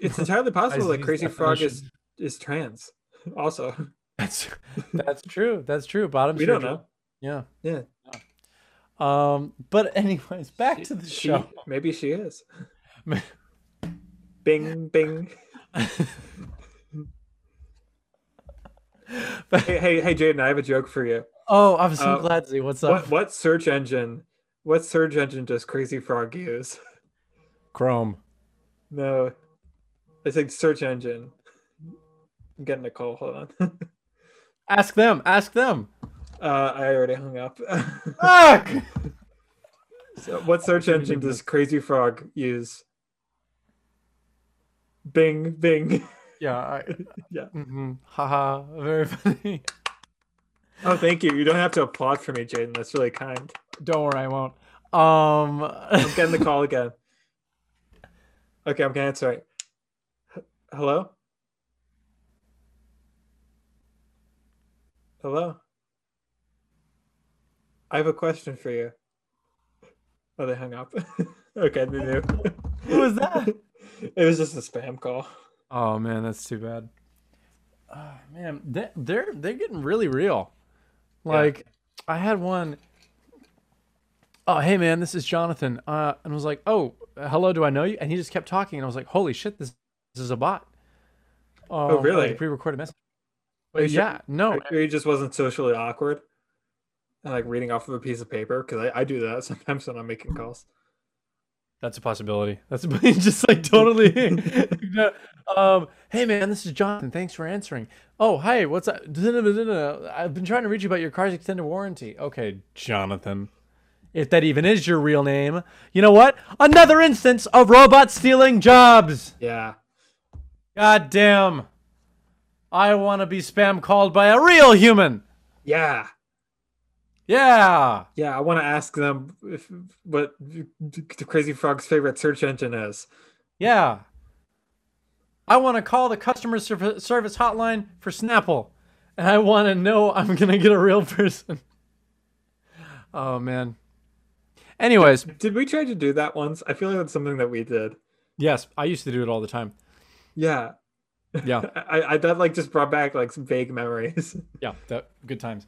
Speaker 3: it's entirely possible that
Speaker 4: Isaac's
Speaker 3: Crazy Frog is is trans. Also, [laughs]
Speaker 4: that's that's true. That's true. Bottom.
Speaker 3: we don't
Speaker 4: surgery.
Speaker 3: know.
Speaker 4: Yeah.
Speaker 3: Yeah,
Speaker 4: Um, but anyways, back to the
Speaker 3: she,
Speaker 4: show.
Speaker 3: maybe she is. Bing, bing. hey, hey, hey, Jaden, I have a joke for you.
Speaker 4: [laughs] oh, I'm so
Speaker 3: Uh,
Speaker 4: glad to see what's up.
Speaker 3: What what search engine? What search engine does Crazy Frog use? [laughs]
Speaker 4: Chrome.
Speaker 3: No, I think search engine. I'm getting a call. Hold on. [laughs]
Speaker 4: Ask them. Ask them.
Speaker 3: Uh, I already hung up. [laughs]
Speaker 4: Fuck.
Speaker 3: so what search engine does Crazy Frog use? Bing, bing.
Speaker 4: [laughs] Yeah. I,
Speaker 3: [laughs] Yeah.
Speaker 4: Mm-hmm. Haha. Very funny.
Speaker 3: Oh, thank you. You don't have to applaud for me, Jaden. That's really kind.
Speaker 4: Don't worry, I won't. Um. [laughs]
Speaker 3: I'm getting the call again. Okay, I'm gonna answer it. H- Hello? Hello? I have a question for you. Oh, they hung up. [laughs] okay, they knew.
Speaker 4: Who was that?
Speaker 3: It was just a spam call.
Speaker 4: Oh man, that's too bad. Oh man, they, they're they're getting really real. Like I had one oh hey man, this is Jonathan. Uh, and I was like, oh hello, do I know you? And he just kept talking, and I was like, holy shit, this this is a bot. Um, like
Speaker 3: really?
Speaker 4: a pre-recorded message.
Speaker 3: you sure?
Speaker 4: yeah, no,
Speaker 3: Or he just wasn't socially awkward. And like reading off of a piece of paper, because I, I do that [laughs] sometimes when I'm making calls.
Speaker 4: That's a possibility. That's a, [laughs] just like totally. [laughs] No, um, hey man, this is Jonathan. Thanhanks for answering. Oh, hi. What's up? [laughs] I've been trying to reach you about your car's extended warranty. Okay, Jonathan. If that even is your real name, you know what? Another instance of robots stealing jobs.
Speaker 3: Yeah.
Speaker 4: God damn. I want to be spam called by a real human.
Speaker 3: Yeah.
Speaker 4: Yeah.
Speaker 3: Yeah, I want to ask them if, what the Crazy Frog's favorite search engine is.
Speaker 4: Yeah. I want to call the customer serv- service hotline for Snapple, and I want to know I'm gonna get a real person. Oh man. Anyways,
Speaker 3: Did we try to do that once? I feel like that's something that we did.
Speaker 4: Yes, I used to do it all the time.
Speaker 3: Yeah.
Speaker 4: Yeah.
Speaker 3: I, I that like just brought back like some vague memories. [laughs]
Speaker 4: yeah that good times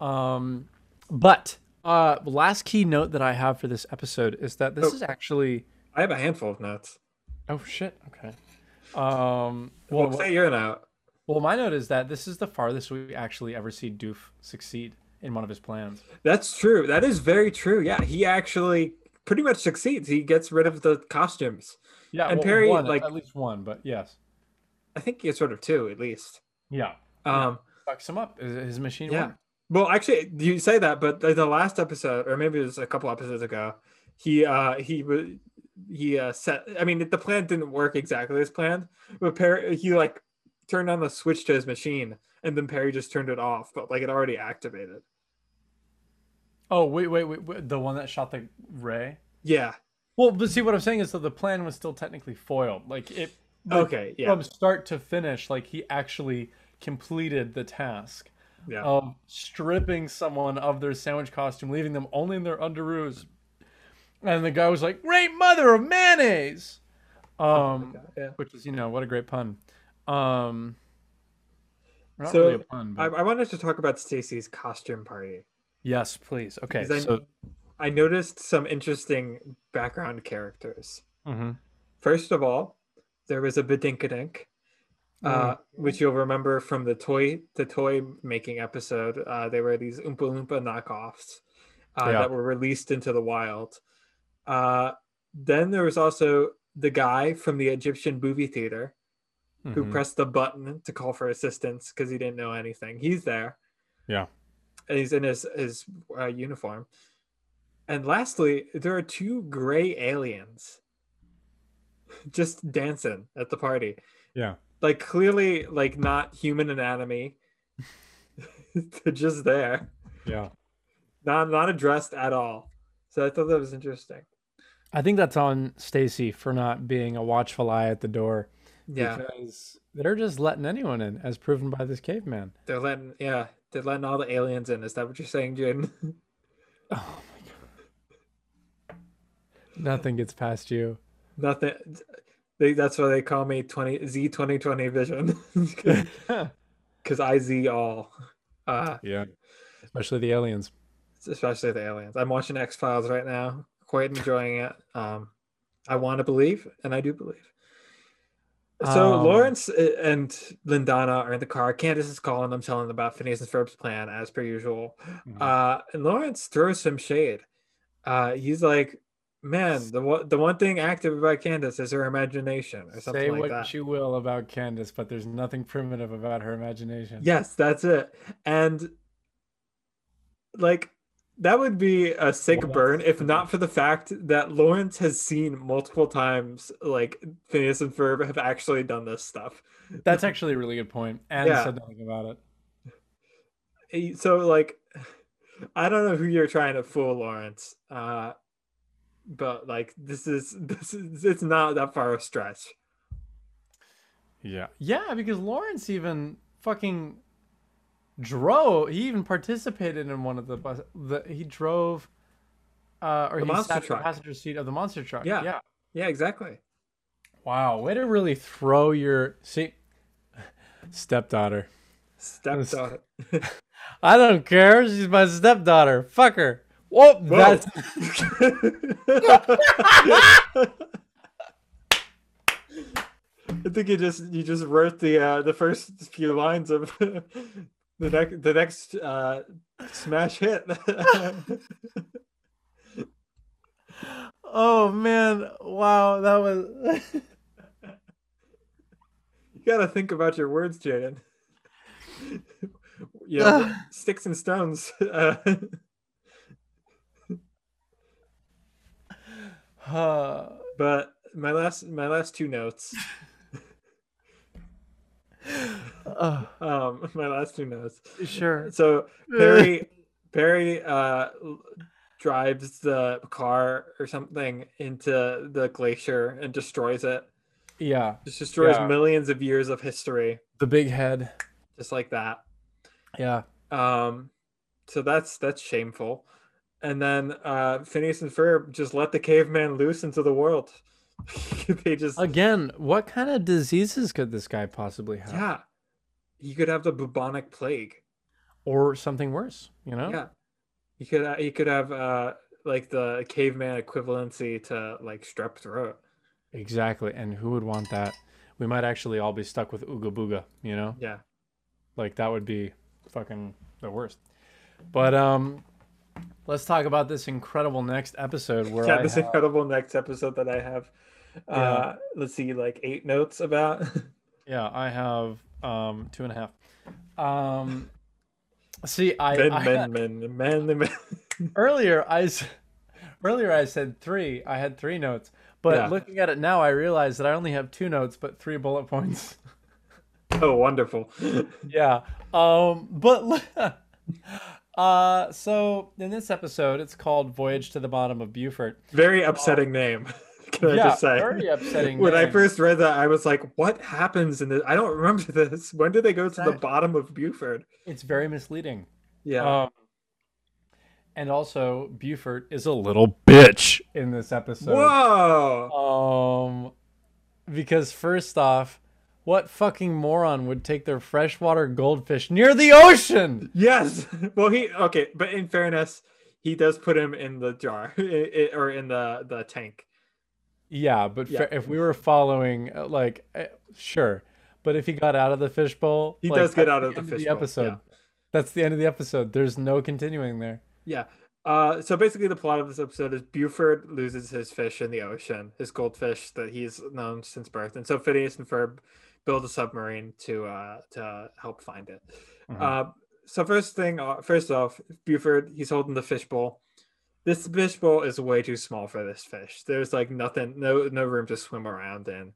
Speaker 4: um but uh last key note that i have for this episode is that this
Speaker 3: Oh.
Speaker 4: is actually
Speaker 3: I have a handful of notes.
Speaker 4: oh shit okay um
Speaker 3: Well,
Speaker 4: well,
Speaker 3: say your note.
Speaker 4: well my note is that this is the farthest we actually ever see doof succeed in one of his plans
Speaker 3: That's true. That is very true. Yeah, he actually pretty much succeeds. He gets rid of the costumes.
Speaker 4: yeah
Speaker 3: And
Speaker 4: well,
Speaker 3: Perry,
Speaker 4: one,
Speaker 3: like-
Speaker 4: at least one but yes
Speaker 3: I think he gets rid of two at least.
Speaker 4: yeah
Speaker 3: Um,
Speaker 4: fucks him up his, his machine
Speaker 3: Yeah.
Speaker 4: worked.
Speaker 3: well, actually, you say that, but the, the last episode, or maybe it was a couple episodes ago, he uh he wa- he uh set. I mean, the plan didn't work exactly as planned, but Perry he like turned on the switch to his machine, and then Perry just turned it off, but like it already activated.
Speaker 4: oh wait, wait wait wait the one that shot the ray
Speaker 3: Yeah.
Speaker 4: well but see what i'm saying is that the plan was still technically foiled like it like,
Speaker 3: Okay. Yeah.
Speaker 4: from start to finish like he actually completed the task
Speaker 3: yeah.
Speaker 4: of stripping someone of their sandwich costume leaving them only in their underoos and the guy was like great mother of mayonnaise um
Speaker 3: yeah.
Speaker 4: which is you know what a great pun um not
Speaker 3: So,
Speaker 4: really a pun
Speaker 3: I,
Speaker 4: but
Speaker 3: I wanted to talk about Stacy's costume party.
Speaker 4: yes please okay
Speaker 3: Because I,
Speaker 4: so
Speaker 3: I noticed some interesting background characters.
Speaker 4: mhm.
Speaker 3: First of all, there was a Bedinkadink, uh, which you'll remember from the toy the toy making episode. Uh, they were these Oompa Loompa knockoffs uh,
Speaker 4: Yeah.
Speaker 3: that were released into the wild. Uh, then there was also the guy from the Egyptian movie theater who
Speaker 4: Mhm.
Speaker 3: pressed the button to call for assistance because he didn't know anything. He's there.
Speaker 4: Yeah.
Speaker 3: And he's in his his uh, uniform. And lastly, there are two gray aliens [laughs] just dancing at the party.
Speaker 4: yeah
Speaker 3: Like clearly like not human anatomy. [laughs] They're just there.
Speaker 4: yeah
Speaker 3: Not not addressed at all. So I thought that was interesting.
Speaker 4: i think that's on stacy for not being a watchful eye at the door
Speaker 3: Yeah.
Speaker 4: because they're just letting anyone in as proven by this caveman
Speaker 3: They're letting yeah, they're letting all the aliens in. Is that what you're saying, [laughs] Jin?
Speaker 4: Nothing gets past you.
Speaker 3: Nothing. They, that's why they call me twenty Z twenty twenty vision, [laughs]
Speaker 4: yeah.
Speaker 3: because I Z all, uh,
Speaker 4: Especially the aliens.
Speaker 3: especially the aliens. I'm watching X Files right now, quite enjoying it. Um, I want to believe, and I do believe. So
Speaker 4: Um,
Speaker 3: Lawrence uh, and Lindana are in the car. Candace is calling them, telling them about Phineas and Ferb's plan as per usual.
Speaker 4: Mm-hmm.
Speaker 3: Uh, and Lawrence throws some shade. Uh, he's like, "Man, the one- the one thing active about Candace is her imagination, or something
Speaker 4: Say
Speaker 3: like
Speaker 4: what
Speaker 3: that."
Speaker 4: you will about Candace, but there's nothing primitive about her imagination.
Speaker 3: Yes, that's it. And like that would be a sick
Speaker 4: Well, that's
Speaker 3: burn if
Speaker 4: true.
Speaker 3: not for the fact that Lawrence has seen multiple times like Phineas and Ferb have actually done this stuff.
Speaker 4: That's actually a really good point. And
Speaker 3: Yeah.
Speaker 4: said nothing about it.
Speaker 3: Eh, So like [sighs] I don't know who you're trying to fool, Lawrence. Uh but like this is [laughs] this is it's not that far a stretch.
Speaker 4: Yeah. Yeah, because Lawrence even fucking drove. He even participated in one of the bus. The, he drove, uh, or
Speaker 3: The
Speaker 4: he
Speaker 3: monster
Speaker 4: sat in
Speaker 3: truck.
Speaker 4: the passenger seat of the monster truck.
Speaker 3: Yeah.
Speaker 4: Yeah.
Speaker 3: Yeah, exactly.
Speaker 4: Wow, way to really throw your see [laughs] stepdaughter.
Speaker 3: Stepped on it.
Speaker 4: I don't care. She's my stepdaughter. Fuck her. Whoa, that's
Speaker 3: I think you just you just wrote the uh, the first few lines of [laughs] the next the next uh, smash hit. [laughs]
Speaker 4: oh man. Wow, that was [laughs]
Speaker 3: you gotta think about your words, Jaden. [laughs] you know, sticks and stones. [laughs] Uh,
Speaker 4: uh,
Speaker 3: but my last my last two notes.
Speaker 4: uh,
Speaker 3: Um, [laughs] my last two notes.
Speaker 4: sure.
Speaker 3: So Perry Perry uh l- drives the car or something into the glacier and destroys it.
Speaker 4: Yeah,
Speaker 3: Just destroys
Speaker 4: Yeah.
Speaker 3: millions of years of history
Speaker 4: the big head.
Speaker 3: just like that.
Speaker 4: Yeah.
Speaker 3: Um so that's that's shameful. And then uh Phineas and Ferb just let the caveman loose into the world. [laughs] they just
Speaker 4: Again, what kind of diseases could this guy possibly have?
Speaker 3: yeah. You could have the bubonic plague.
Speaker 4: Or something worse, you know?
Speaker 3: Yeah. You could ha- you could have uh like the caveman equivalency to like strep throat.
Speaker 4: Exactly. And who would want that? We might actually all be stuck with Ooga Booga, you know?
Speaker 3: Yeah.
Speaker 4: Like that would be fucking the worst. But um let's talk about this incredible next episode where
Speaker 3: yeah,
Speaker 4: I
Speaker 3: this
Speaker 4: have-
Speaker 3: incredible next episode that I have. Uh let's see, like eight notes about.
Speaker 4: Yeah, I have um two and a half. Um see
Speaker 3: [laughs]
Speaker 4: I,
Speaker 3: men,
Speaker 4: I-
Speaker 3: men, men, men, men.
Speaker 4: [laughs]
Speaker 3: [laughs]
Speaker 4: earlier I s- earlier I said three. I had three notes. But
Speaker 3: Yeah.
Speaker 4: looking at it now I realize that I only have two notes but three bullet points.
Speaker 3: Oh wonderful.
Speaker 4: yeah. Um, but li- [laughs] uh, so in this episode, it's called "Voyage to the Bottom of Beaufort."
Speaker 3: Very upsetting name. [laughs] Can I
Speaker 4: yeah,
Speaker 3: just say?
Speaker 4: very
Speaker 3: [laughs]
Speaker 4: upsetting.
Speaker 3: when I
Speaker 4: name.
Speaker 3: first read that, I was like, "What happens in this? I don't remember [laughs] this. When do they go to the
Speaker 4: Exactly.
Speaker 3: bottom of Buford?"
Speaker 4: it's very misleading.
Speaker 3: Yeah,
Speaker 4: Um, and also, Beaufort is a little bitch in this episode.
Speaker 3: Whoa!
Speaker 4: Um, because first off, what fucking moron would take their freshwater goldfish near the ocean?
Speaker 3: Yes. [laughs] Well, he okay, but in fairness, he does put him in the jar [laughs] i- i- or in the the tank.
Speaker 4: Yeah, but
Speaker 3: Yeah.
Speaker 4: fa- if we were following, uh, like, uh, sure, but if he got out of the fishbowl,
Speaker 3: He
Speaker 4: like,
Speaker 3: does get
Speaker 4: that's
Speaker 3: out of the
Speaker 4: end
Speaker 3: fishbowl,
Speaker 4: episode.
Speaker 3: yeah.
Speaker 4: That's the end of the episode. There's no continuing there.
Speaker 3: Yeah. Uh, so basically, the plot of this episode is Buford loses his fish in the ocean, his goldfish that he's known since birth, and so Phineas and Ferb build a submarine to uh, to help find it.
Speaker 4: Mm-hmm.
Speaker 3: Uh, so first thing, uh, first off, Buford he's holding the fishbowl. This fishbowl is way too small for this fish. There's like nothing, no no room to swim around in.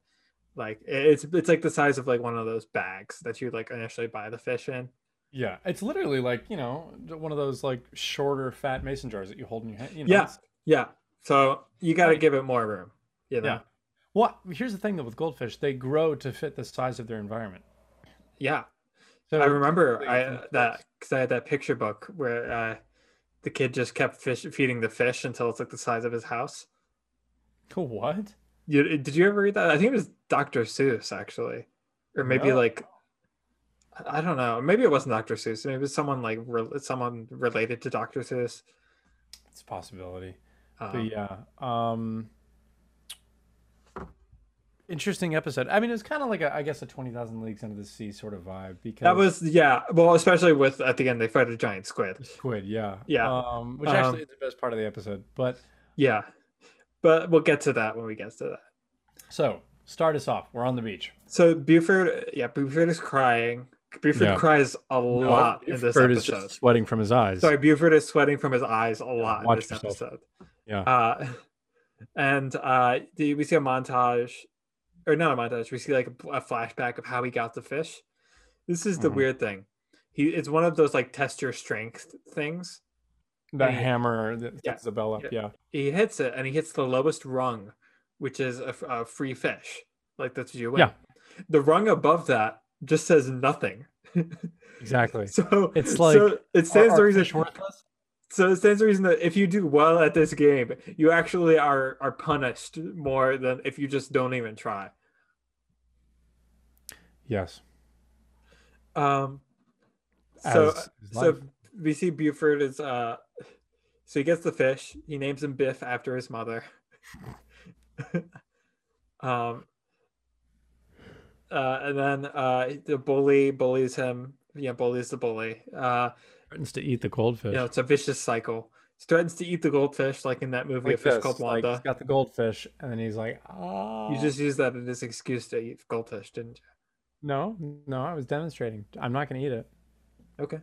Speaker 3: Like it- it's it's like the size of like one of those bags that you like initially buy the fish in.
Speaker 4: Yeah, it's literally like you know one of those like shorter fat mason jars that you hold in your hand. You know,
Speaker 3: Yeah.
Speaker 4: it's-
Speaker 3: Yeah. So you got to
Speaker 4: Right.
Speaker 3: give it more room. You know?
Speaker 4: yeah. Well, here's the thing though with goldfish, they grow to fit the size of their environment.
Speaker 3: Yeah.
Speaker 4: So
Speaker 3: I remember
Speaker 4: completely
Speaker 3: I
Speaker 4: different
Speaker 3: that because I had that picture book where uh, the kid just kept fish feeding the fish until it's like the size of his house.
Speaker 4: [laughs] what?
Speaker 3: You, did you ever read that? I think it was Dr. Seuss actually, or maybe
Speaker 4: No.
Speaker 3: like I- I don't know. Maybe it wasn't Dr. Seuss. Maybe it was someone like re- someone related to Dr. Seuss.
Speaker 4: It's a possibility.
Speaker 3: Um,
Speaker 4: But yeah. Um interesting episode. I mean it was kind of like a I guess a 20,000 leagues under the sea sort of vibe because
Speaker 3: That was yeah. Well, especially with at the end they fight a giant squid.
Speaker 4: [laughs] squid, yeah.
Speaker 3: Yeah.
Speaker 4: Um which
Speaker 3: Um,
Speaker 4: actually is the best part of the episode. But
Speaker 3: Yeah, but we'll get to that when we get to that.
Speaker 4: so, start us off. We're on the beach.
Speaker 3: So Buford, yeah, Buford is crying. Buford
Speaker 4: Yeah.
Speaker 3: cries a lot in this
Speaker 4: Buford is
Speaker 3: episode.
Speaker 4: just sweating from his eyes.
Speaker 3: Sorry, Buford is sweating from his eyes a lot in
Speaker 4: watch
Speaker 3: this
Speaker 4: yourself.
Speaker 3: episode.
Speaker 4: Yeah.
Speaker 3: Uh, and uh, the- we see a montage, or not a montage. We see like a, a flashback of how he got the fish. This is the
Speaker 4: Mhm.
Speaker 3: weird thing. He it's one of those like test your strength things.
Speaker 4: that
Speaker 3: yeah.
Speaker 4: hammer that
Speaker 3: Yeah.
Speaker 4: sets the bell up,
Speaker 3: Yeah.
Speaker 4: yeah.
Speaker 3: He hits it and he hits the lowest rung, which is a, f- a free fish. Like that's what you win.
Speaker 4: Yeah.
Speaker 3: The rung above that just says nothing. [laughs]
Speaker 4: Exactly.
Speaker 3: So
Speaker 4: It's
Speaker 3: so
Speaker 4: like,
Speaker 3: it stands
Speaker 4: are
Speaker 3: to reason.
Speaker 4: fish worthless?
Speaker 3: So it stands to reason that if you do well at this game, you actually are are punished more than if you just don't even try.
Speaker 4: Yes.
Speaker 3: Um, so uh,
Speaker 4: As is
Speaker 3: so
Speaker 4: life.
Speaker 3: we see Buford is uh, so he gets the fish. He names him Biff after his mother. [laughs] um, uh, and then uh, the bully bullies him. Yeah, bullies the bully. Uh,
Speaker 4: Threatens to eat the goldfish.
Speaker 3: you know, it's a vicious cycle. Threatens to eat the goldfish, like in that movie,
Speaker 4: like
Speaker 3: a fish
Speaker 4: this,
Speaker 3: called
Speaker 4: like,
Speaker 3: Wanda.
Speaker 4: he's got the goldfish, and then he's like, ah.
Speaker 3: You just used that as an excuse to eat goldfish, didn't
Speaker 4: no, no. I was demonstrating. I'm not gonna eat [laughs] it.
Speaker 3: you? Okay.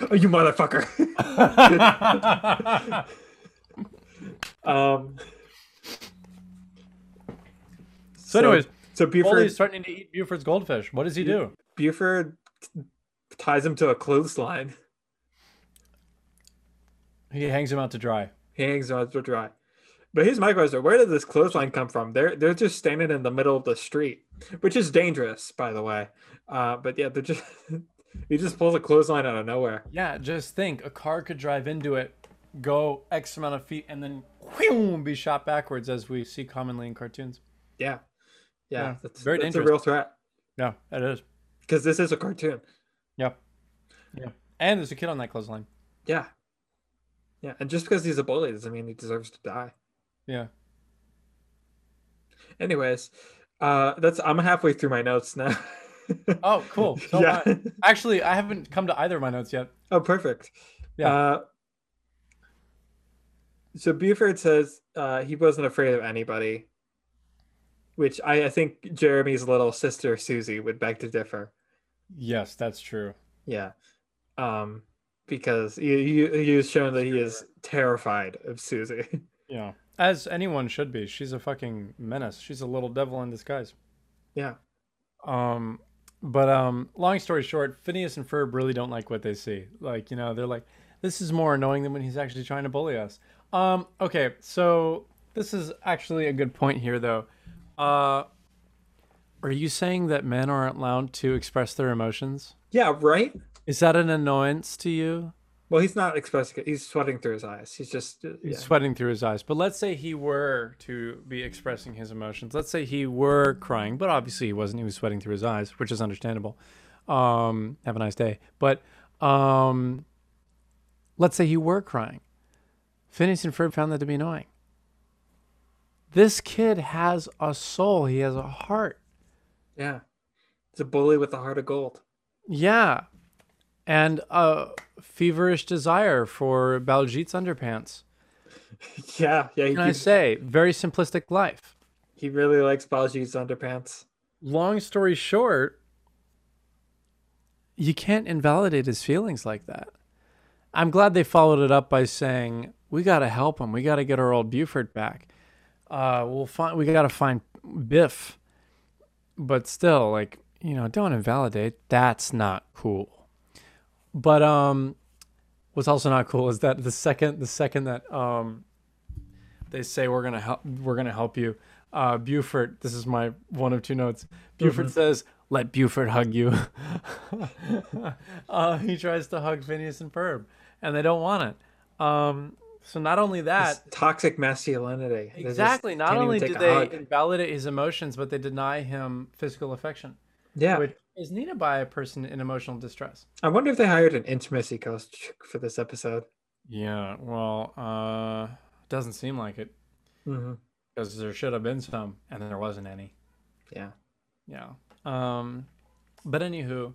Speaker 3: [gasps] Oh, you motherfucker. [laughs] um,
Speaker 4: so, anyways,
Speaker 3: so
Speaker 4: Foley
Speaker 3: Buford
Speaker 4: is threatening to eat Buford's goldfish. What does he do?
Speaker 3: Buford ties him to a clothesline. [laughs]
Speaker 4: He hangs him out to dry.
Speaker 3: He hangs him out to dry. But here's my question: Where did this clothesline come from? They're they're just standing in the middle of the street, which is dangerous, by the way. Uh, but yeah, they're [laughs] just he just pulls a clothesline out of nowhere.
Speaker 4: Yeah, just think, a car could drive into it, go X amount of feet and then whew, be shot backwards as we see commonly in cartoons.
Speaker 3: Yeah. Yeah.
Speaker 4: Yeah,
Speaker 3: That's,
Speaker 4: very
Speaker 3: that's a
Speaker 4: dangerous.
Speaker 3: real threat
Speaker 4: Yeah, it is.
Speaker 3: because this is a cartoon.
Speaker 4: Yeah. Yeah. And there's a kid on that clothesline.
Speaker 3: Yeah. Yeah. And just because he's a bully doesn't mean he deserves to die.
Speaker 4: Yeah.
Speaker 3: Anyways, uh, that's I'm halfway through my notes now. [laughs]
Speaker 4: Oh, [laughs] cool. So am
Speaker 3: yeah.
Speaker 4: I- actually, I haven't come to either of my notes yet.
Speaker 3: Oh, perfect.
Speaker 4: Yeah.
Speaker 3: Uh, so Buford says uh, he wasn't afraid of anybody, which I, I think Jeremy's little sister Susie would beg to differ.
Speaker 4: Yes, that's true.
Speaker 3: Yeah. Um, because you, you, you've shown that he is terrified of Susie. [laughs]
Speaker 4: Yeah. As anyone should be. She's a fucking menace. She's a little devil in disguise.
Speaker 3: Yeah.
Speaker 4: Um, but um, long story short, Phineas and Ferb really don't like what they see. Like, you know, they're like, this is more annoying than when he's actually trying to bully us. Um, okay, so this is actually a good point here, though. Uh, are you saying that men aren't allowed to express their emotions?
Speaker 3: Yeah, right?
Speaker 4: Is that an annoyance to you?
Speaker 3: Well, he's not expressing it. He's sweating through his eyes. He's just, uh,
Speaker 4: He's
Speaker 3: yeah.
Speaker 4: sweating through his eyes. But let's say he were to be expressing his emotions. Let's say he were crying, but obviously he wasn't. He was sweating through his eyes, which is understandable. Um, have a nice day. But um, let's say he were crying. Phineas and Ferb found that to be annoying. This kid has a soul. He has a heart.
Speaker 3: yeah. It's a bully with a heart of gold. [laughs]
Speaker 4: Yeah. And a feverish desire for Baljeet's underpants.
Speaker 3: Yeah, yeah. He,
Speaker 4: Can I
Speaker 3: keeps-
Speaker 4: say, very simplistic life.
Speaker 3: he really likes Balji's underpants.
Speaker 4: long story short, you can't invalidate his feelings like that. I'm glad they followed it up by saying, "We got to help him. We got to get our old Buford back. Uh, we'll find. We got to find Biff." But still, like you know, don't invalidate. That's not cool. But um, what's also not cool is that the second the second that um, they say we're gonna help we're gonna help you, uh, Buford. This is my one of two notes. Buford says, "Let Buford hug you." [laughs] uh, he tries to hug Phineas and Ferb, and they don't want it. Um, so not only that,
Speaker 3: Toxic masculinity. They just
Speaker 4: exactly. Not
Speaker 3: can't even
Speaker 4: only
Speaker 3: take
Speaker 4: do
Speaker 3: a
Speaker 4: they
Speaker 3: hug.
Speaker 4: invalidate his emotions, but they deny him physical affection,
Speaker 3: Yeah.
Speaker 4: which is needed by a person in emotional distress.
Speaker 3: I wonder if they hired an intimacy coach for this episode.
Speaker 4: Yeah. Well, uh, doesn't seem like it
Speaker 3: hmm
Speaker 4: because there should have been some, and there wasn't any.
Speaker 3: Yeah.
Speaker 4: Yeah. Um, but anywho,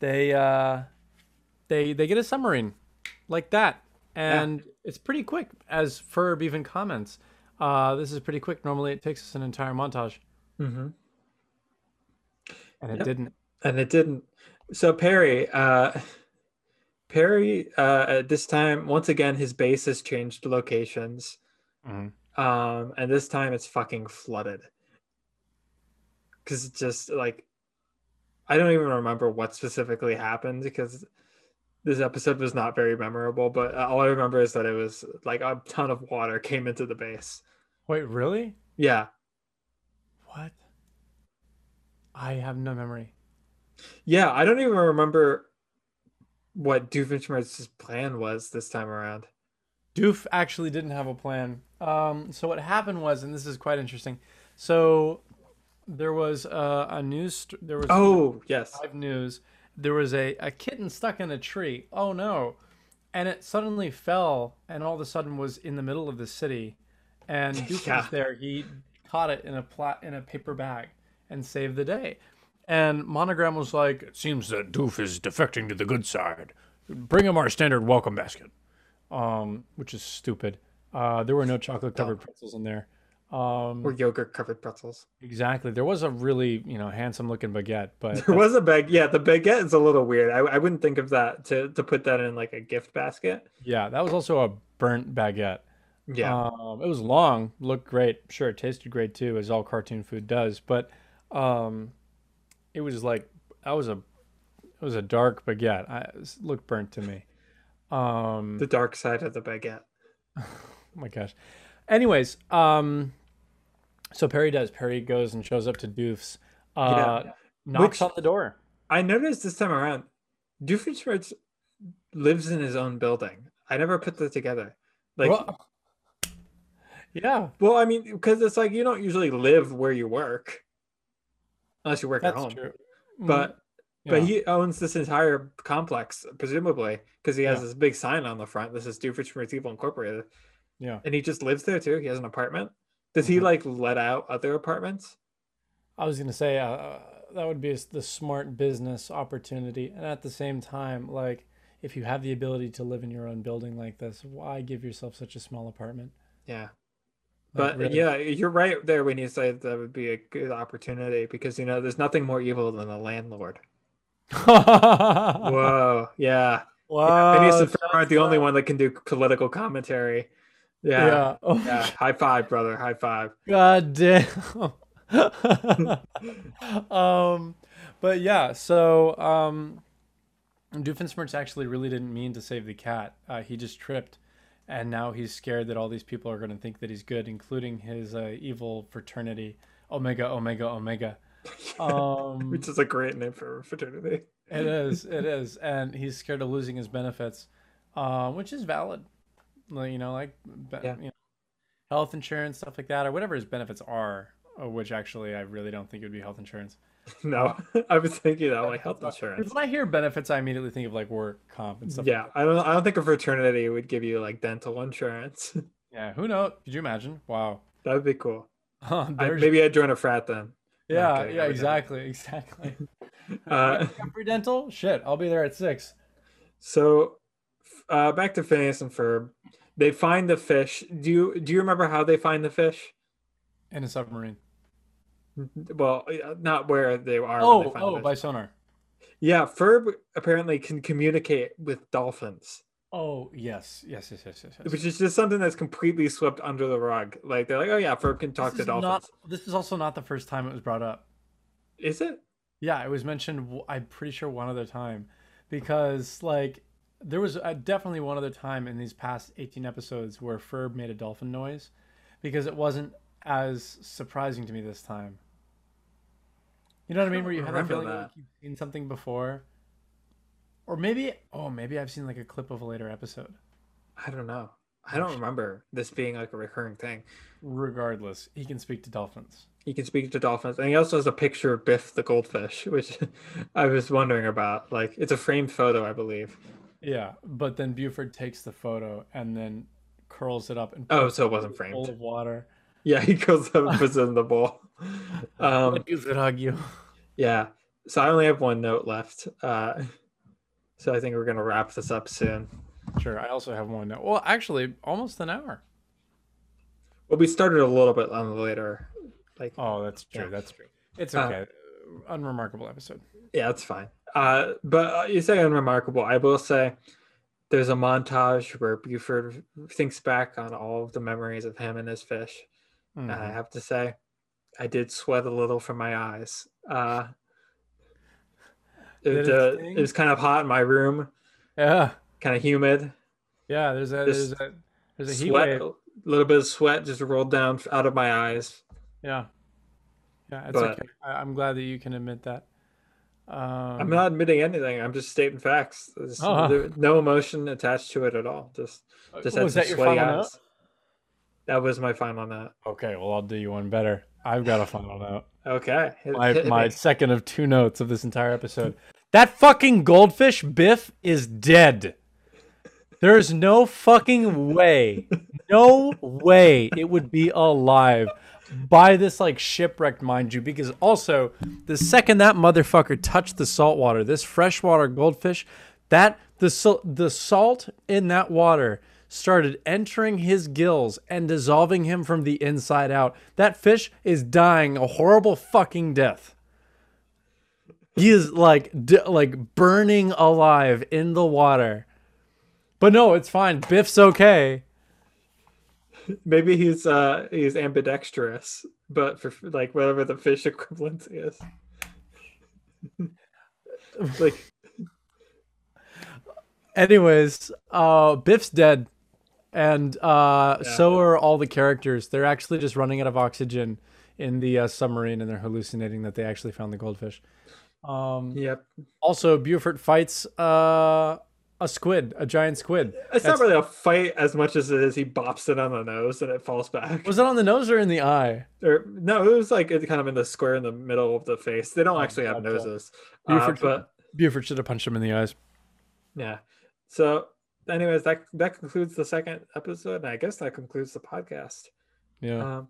Speaker 4: they uh, they they get a submarine like that, and it's pretty quick. As Ferb even comments, uh, this is pretty quick. Normally, it takes us an entire montage,
Speaker 3: hmm
Speaker 4: and it
Speaker 3: Yep.
Speaker 4: didn't.
Speaker 3: And it didn't. So Perry, uh, Perry, uh, at this time, once again, his base has changed locations.
Speaker 4: Mhm.
Speaker 3: Um, and this time it's fucking flooded. Because it's just like, I don't even remember what specifically happened because this episode was not very memorable, but all I remember is that it was like a ton of water came into the base.
Speaker 4: Wait, really?
Speaker 3: Yeah.
Speaker 4: What? I have no memory.
Speaker 3: Yeah, I don't even remember what Doofenshmirtz's plan was this time around.
Speaker 4: Doof actually didn't have a plan. Um, so what happened was, and this is quite interesting. So there was uh, a news. St- there was
Speaker 3: Oh, yes.
Speaker 4: live news there was a, a kitten stuck in a tree oh no and it suddenly fell and all of a sudden was in the middle of the city and Duke
Speaker 3: Yeah.
Speaker 4: was there he caught it in a plat in a paper bag and saved the day and monogram was like it seems that doof is defecting to the good side bring him our standard welcome basket um which is stupid uh there were no chocolate covered pretzels in there um
Speaker 3: Or yogurt covered pretzels.
Speaker 4: exactly there was a really you know handsome looking baguette but
Speaker 3: There was a bag. Yeah, the baguette is a little weird. I, I wouldn't think of that to, to put that in like a gift basket.
Speaker 4: Yeah, that was also a burnt baguette.
Speaker 3: Yeah.
Speaker 4: Um, it was long, looked great. Sure, it tasted great too, as all cartoon food does. But um, it was like that was a it was a dark baguette. I, it looked burnt to me. Um,
Speaker 3: the dark side of the baguette.
Speaker 4: Oh my gosh. Anyways, um, so Perry does. Perry goes and shows up to Doof's. Uh,
Speaker 3: Yeah.
Speaker 4: Knocks
Speaker 3: Which-
Speaker 4: on the door.
Speaker 3: I noticed this time around, Doofenshmirtz lives in his own building. I never put that together. Like, well,
Speaker 4: Well- yeah,
Speaker 3: I mean, because it's like you don't usually live where you work, unless you work
Speaker 4: that's
Speaker 3: at home.
Speaker 4: true. Mm,
Speaker 3: But But
Speaker 4: yeah.
Speaker 3: he owns this entire complex, presumably, because he has
Speaker 4: Yeah.
Speaker 3: this big sign on the front. This is Dufrich Retrieval Incorporated,
Speaker 4: yeah.
Speaker 3: and he just lives there too. He has an apartment. Does he
Speaker 4: Mhm.
Speaker 3: like let out other apartments?
Speaker 4: I was gonna say uh, that would be s- the smart business opportunity, and at the same time, like if you have the ability to live in your own building like this, why give yourself such a small apartment? [laughs]
Speaker 3: Yeah,
Speaker 4: Like,
Speaker 3: but
Speaker 4: really.
Speaker 3: yeah, you're right there when you say that would be a good opportunity because you know there's nothing more evil than a
Speaker 4: [laughs]
Speaker 3: landlord.
Speaker 4: wow,
Speaker 3: Whoa, yeah. yeah. Phineas and
Speaker 4: that's-
Speaker 3: Ferb aren't the only one that can do political commentary. Yeah, yeah.
Speaker 4: yeah. Oh,
Speaker 3: High five, brother. High five.
Speaker 4: God damn. [laughs] um, but yeah, so um, Doofenshmirtz actually really didn't mean to save the cat. Uh, he just tripped, and now he's scared that all these people are going to think that he's good, including his uh, evil fraternity, Omega, Omega, Omega. Um,
Speaker 3: Which is a great name for a fraternity. [laughs]
Speaker 4: it is, it is, and he's scared of losing his benefits, uh, which is valid. Like, you know, like be-
Speaker 3: Yeah.
Speaker 4: you know, health insurance stuff like that, or whatever his benefits are. uh, Which actually, I really don't think it would be health insurance.
Speaker 3: No, [laughs] I was thinking that like health insurance.
Speaker 4: When I hear benefits, I immediately think of like work comp and stuff.
Speaker 3: Yeah, I don't. I don't think a fraternity would give you like dental insurance. [laughs]
Speaker 4: yeah. Who knows? Could you imagine? Wow. [laughs]
Speaker 3: that would be cool. I,
Speaker 4: There's-
Speaker 3: maybe I'd join a frat
Speaker 4: [laughs]
Speaker 3: then.
Speaker 4: yeah,
Speaker 3: okay,
Speaker 4: yeah,
Speaker 3: I would-
Speaker 4: exactly, exactly.
Speaker 3: [laughs] Uh,
Speaker 4: Free dental? Shit, I'll be there at six.
Speaker 3: so, f- uh, back to Phineas and Ferb. They find the fish. Do you do you remember how they find the fish?
Speaker 4: In a submarine.
Speaker 3: Well, uh, not where they are. when
Speaker 4: Oh,
Speaker 3: they find
Speaker 4: oh,
Speaker 3: the
Speaker 4: by
Speaker 3: fish.
Speaker 4: sonar.
Speaker 3: yeah. Ferb apparently can communicate with dolphins,
Speaker 4: Oh, yes, yes, yes, yes, yes. yes.
Speaker 3: which is just something that's completely swept under the rug. Like they're like, oh yeah, Ferb can talk
Speaker 4: this
Speaker 3: to
Speaker 4: is not-
Speaker 3: dolphins.
Speaker 4: this is also not the first time it was brought up.
Speaker 3: Is it?
Speaker 4: Yeah, it was mentioned. w- I'm pretty sure one other time, because like there was uh definitely one other time in these past 18 episodes where Ferb made a dolphin noise, because it wasn't as surprising to me this time. You know what I mean? Where you have that
Speaker 3: remember
Speaker 4: feeling like
Speaker 3: that.
Speaker 4: you've seen something before, or maybe oh maybe I've seen like a clip of a later episode.
Speaker 3: I don't know. I don't remember this being like a recurring thing.
Speaker 4: Regardless, he can speak to dolphins.
Speaker 3: He can speak to dolphins, and he also has a picture of Biff the goldfish, [laughs] which I was wondering about. Like, it's a framed photo, I believe.
Speaker 4: Yeah, but then Buford takes the photo and then curls it up and
Speaker 3: Oh,
Speaker 4: puts
Speaker 3: so it wasn't
Speaker 4: a bowl
Speaker 3: framed.
Speaker 4: of water.
Speaker 3: Yeah, he goes up and puts it in the bowl. Um,
Speaker 4: Buford hug you.
Speaker 3: yeah. So I only have one note left. Uh, so I think we're gonna wrap this up soon.
Speaker 4: Sure, I also have one. Now. Well, actually, almost an hour.
Speaker 3: Well, we started a little bit on the later. Like,
Speaker 4: Oh, that's
Speaker 3: true,
Speaker 4: That's true. It's
Speaker 3: Uh,
Speaker 4: okay. Unremarkable episode.
Speaker 3: Yeah, that's fine. Uh, but uh, you say unremarkable. I will say there's a montage where Buford thinks back on all of the memories of him and his fish. And
Speaker 4: Hmm. Mm-hmm.
Speaker 3: I have to say, I did sweat a little from my eyes. Uh,
Speaker 4: Did
Speaker 3: it,
Speaker 4: it
Speaker 3: uh,
Speaker 4: sting?
Speaker 3: it was kind of hot in my room,
Speaker 4: Yeah,
Speaker 3: kind of humid.
Speaker 4: yeah. There's a
Speaker 3: This
Speaker 4: there's a there's a heat
Speaker 3: Sweat,
Speaker 4: wave.
Speaker 3: a little bit of sweat just rolled down f- out of my eyes.
Speaker 4: Yeah, yeah. It's
Speaker 3: But-
Speaker 4: okay. I, I'm glad that you can admit that. Um,
Speaker 3: I'm not admitting anything. I'm just stating facts. There's
Speaker 4: Uh-huh.
Speaker 3: there- no emotion attached to it at all. Just just had
Speaker 4: Uh, was
Speaker 3: some
Speaker 4: that your
Speaker 3: sweaty
Speaker 4: final
Speaker 3: eyes. That was my final note.
Speaker 4: note? Um, Okay, well I'll do you one better. I've got a final note.
Speaker 3: Okay. [laughs] hit-
Speaker 4: My
Speaker 3: hit
Speaker 4: my
Speaker 3: me.
Speaker 4: second of two notes of this entire episode. That fucking goldfish Biff is dead. There is no fucking way, no way it would be alive by this like shipwrecked, mind you. Because also, the second that motherfucker touched the salt water, this freshwater goldfish, that the sal- the salt in that water started entering his gills and dissolving him from the inside out. That fish is dying a horrible fucking death he is like d- like burning alive in the water but no it's fine biff's okay
Speaker 3: Maybe he's uh he's ambidextrous, but for like whatever the fish equivalent is. like
Speaker 4: anyways uh biff's dead and uh so are all the characters they're actually just running out of oxygen in the uh, submarine and they're hallucinating that they actually found the goldfish
Speaker 3: yep.
Speaker 4: also buford fights uh a a squid, a giant squid.
Speaker 3: It's not really a fight as much as it is he bops it on the nose and it falls back.
Speaker 4: Was it on the nose or in the eye?
Speaker 3: Or no, it was like it's kind of in the square in the middle of the face. They don't actually have
Speaker 4: gotcha.
Speaker 3: noses, uh,
Speaker 4: Buford,
Speaker 3: but
Speaker 4: Buford should have punched him in the eyes.
Speaker 3: yeah. So, anyways, that that concludes the second episode, and I guess that concludes the podcast.
Speaker 4: Yeah.
Speaker 3: Um,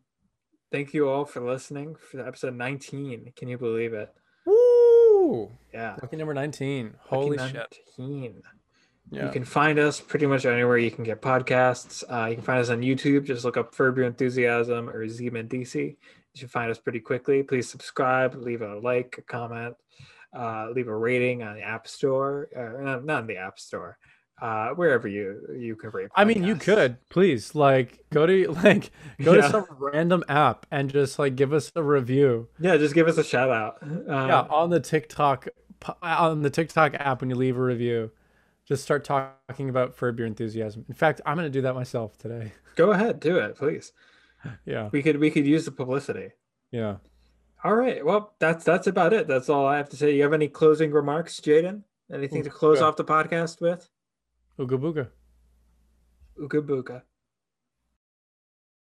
Speaker 3: thank you all for listening for episode 19. Can you believe it?
Speaker 4: Woo!
Speaker 3: Yeah.
Speaker 4: Lucky number 19. Holy
Speaker 3: Lucky
Speaker 4: shit.
Speaker 3: 19.
Speaker 4: Yeah.
Speaker 3: You can find us pretty much anywhere you can get podcasts. Uh, you can find us on YouTube. Just look up Furb Your Enthusiasm or Zeman DC. You should find us pretty quickly. Please subscribe, leave a like, a comment, uh, leave a rating on the App Store, uh, not, not in the App Store, uh, wherever you you can rate.
Speaker 4: I mean, you
Speaker 3: podcasts.
Speaker 4: could please like go to [laughs] like go
Speaker 3: Yeah.
Speaker 4: to some random app and just like give us a review.
Speaker 3: Yeah, just give us a shout out. Um,
Speaker 4: yeah, on the TikTok po- on the TikTok app when you leave a review, just start talking about Ferb your enthusiasm. In fact, I'm gonna do that myself today. [laughs]
Speaker 3: Go ahead, do it, please.
Speaker 4: Yeah,
Speaker 3: We could we could use the publicity.
Speaker 4: yeah.
Speaker 3: All right. Well, that's that's about it. That's all I have to say. You have any closing remarks, Jaden? Anything to close
Speaker 4: yeah.
Speaker 3: off the podcast with?
Speaker 4: Ooga booga.
Speaker 3: Ooga booga.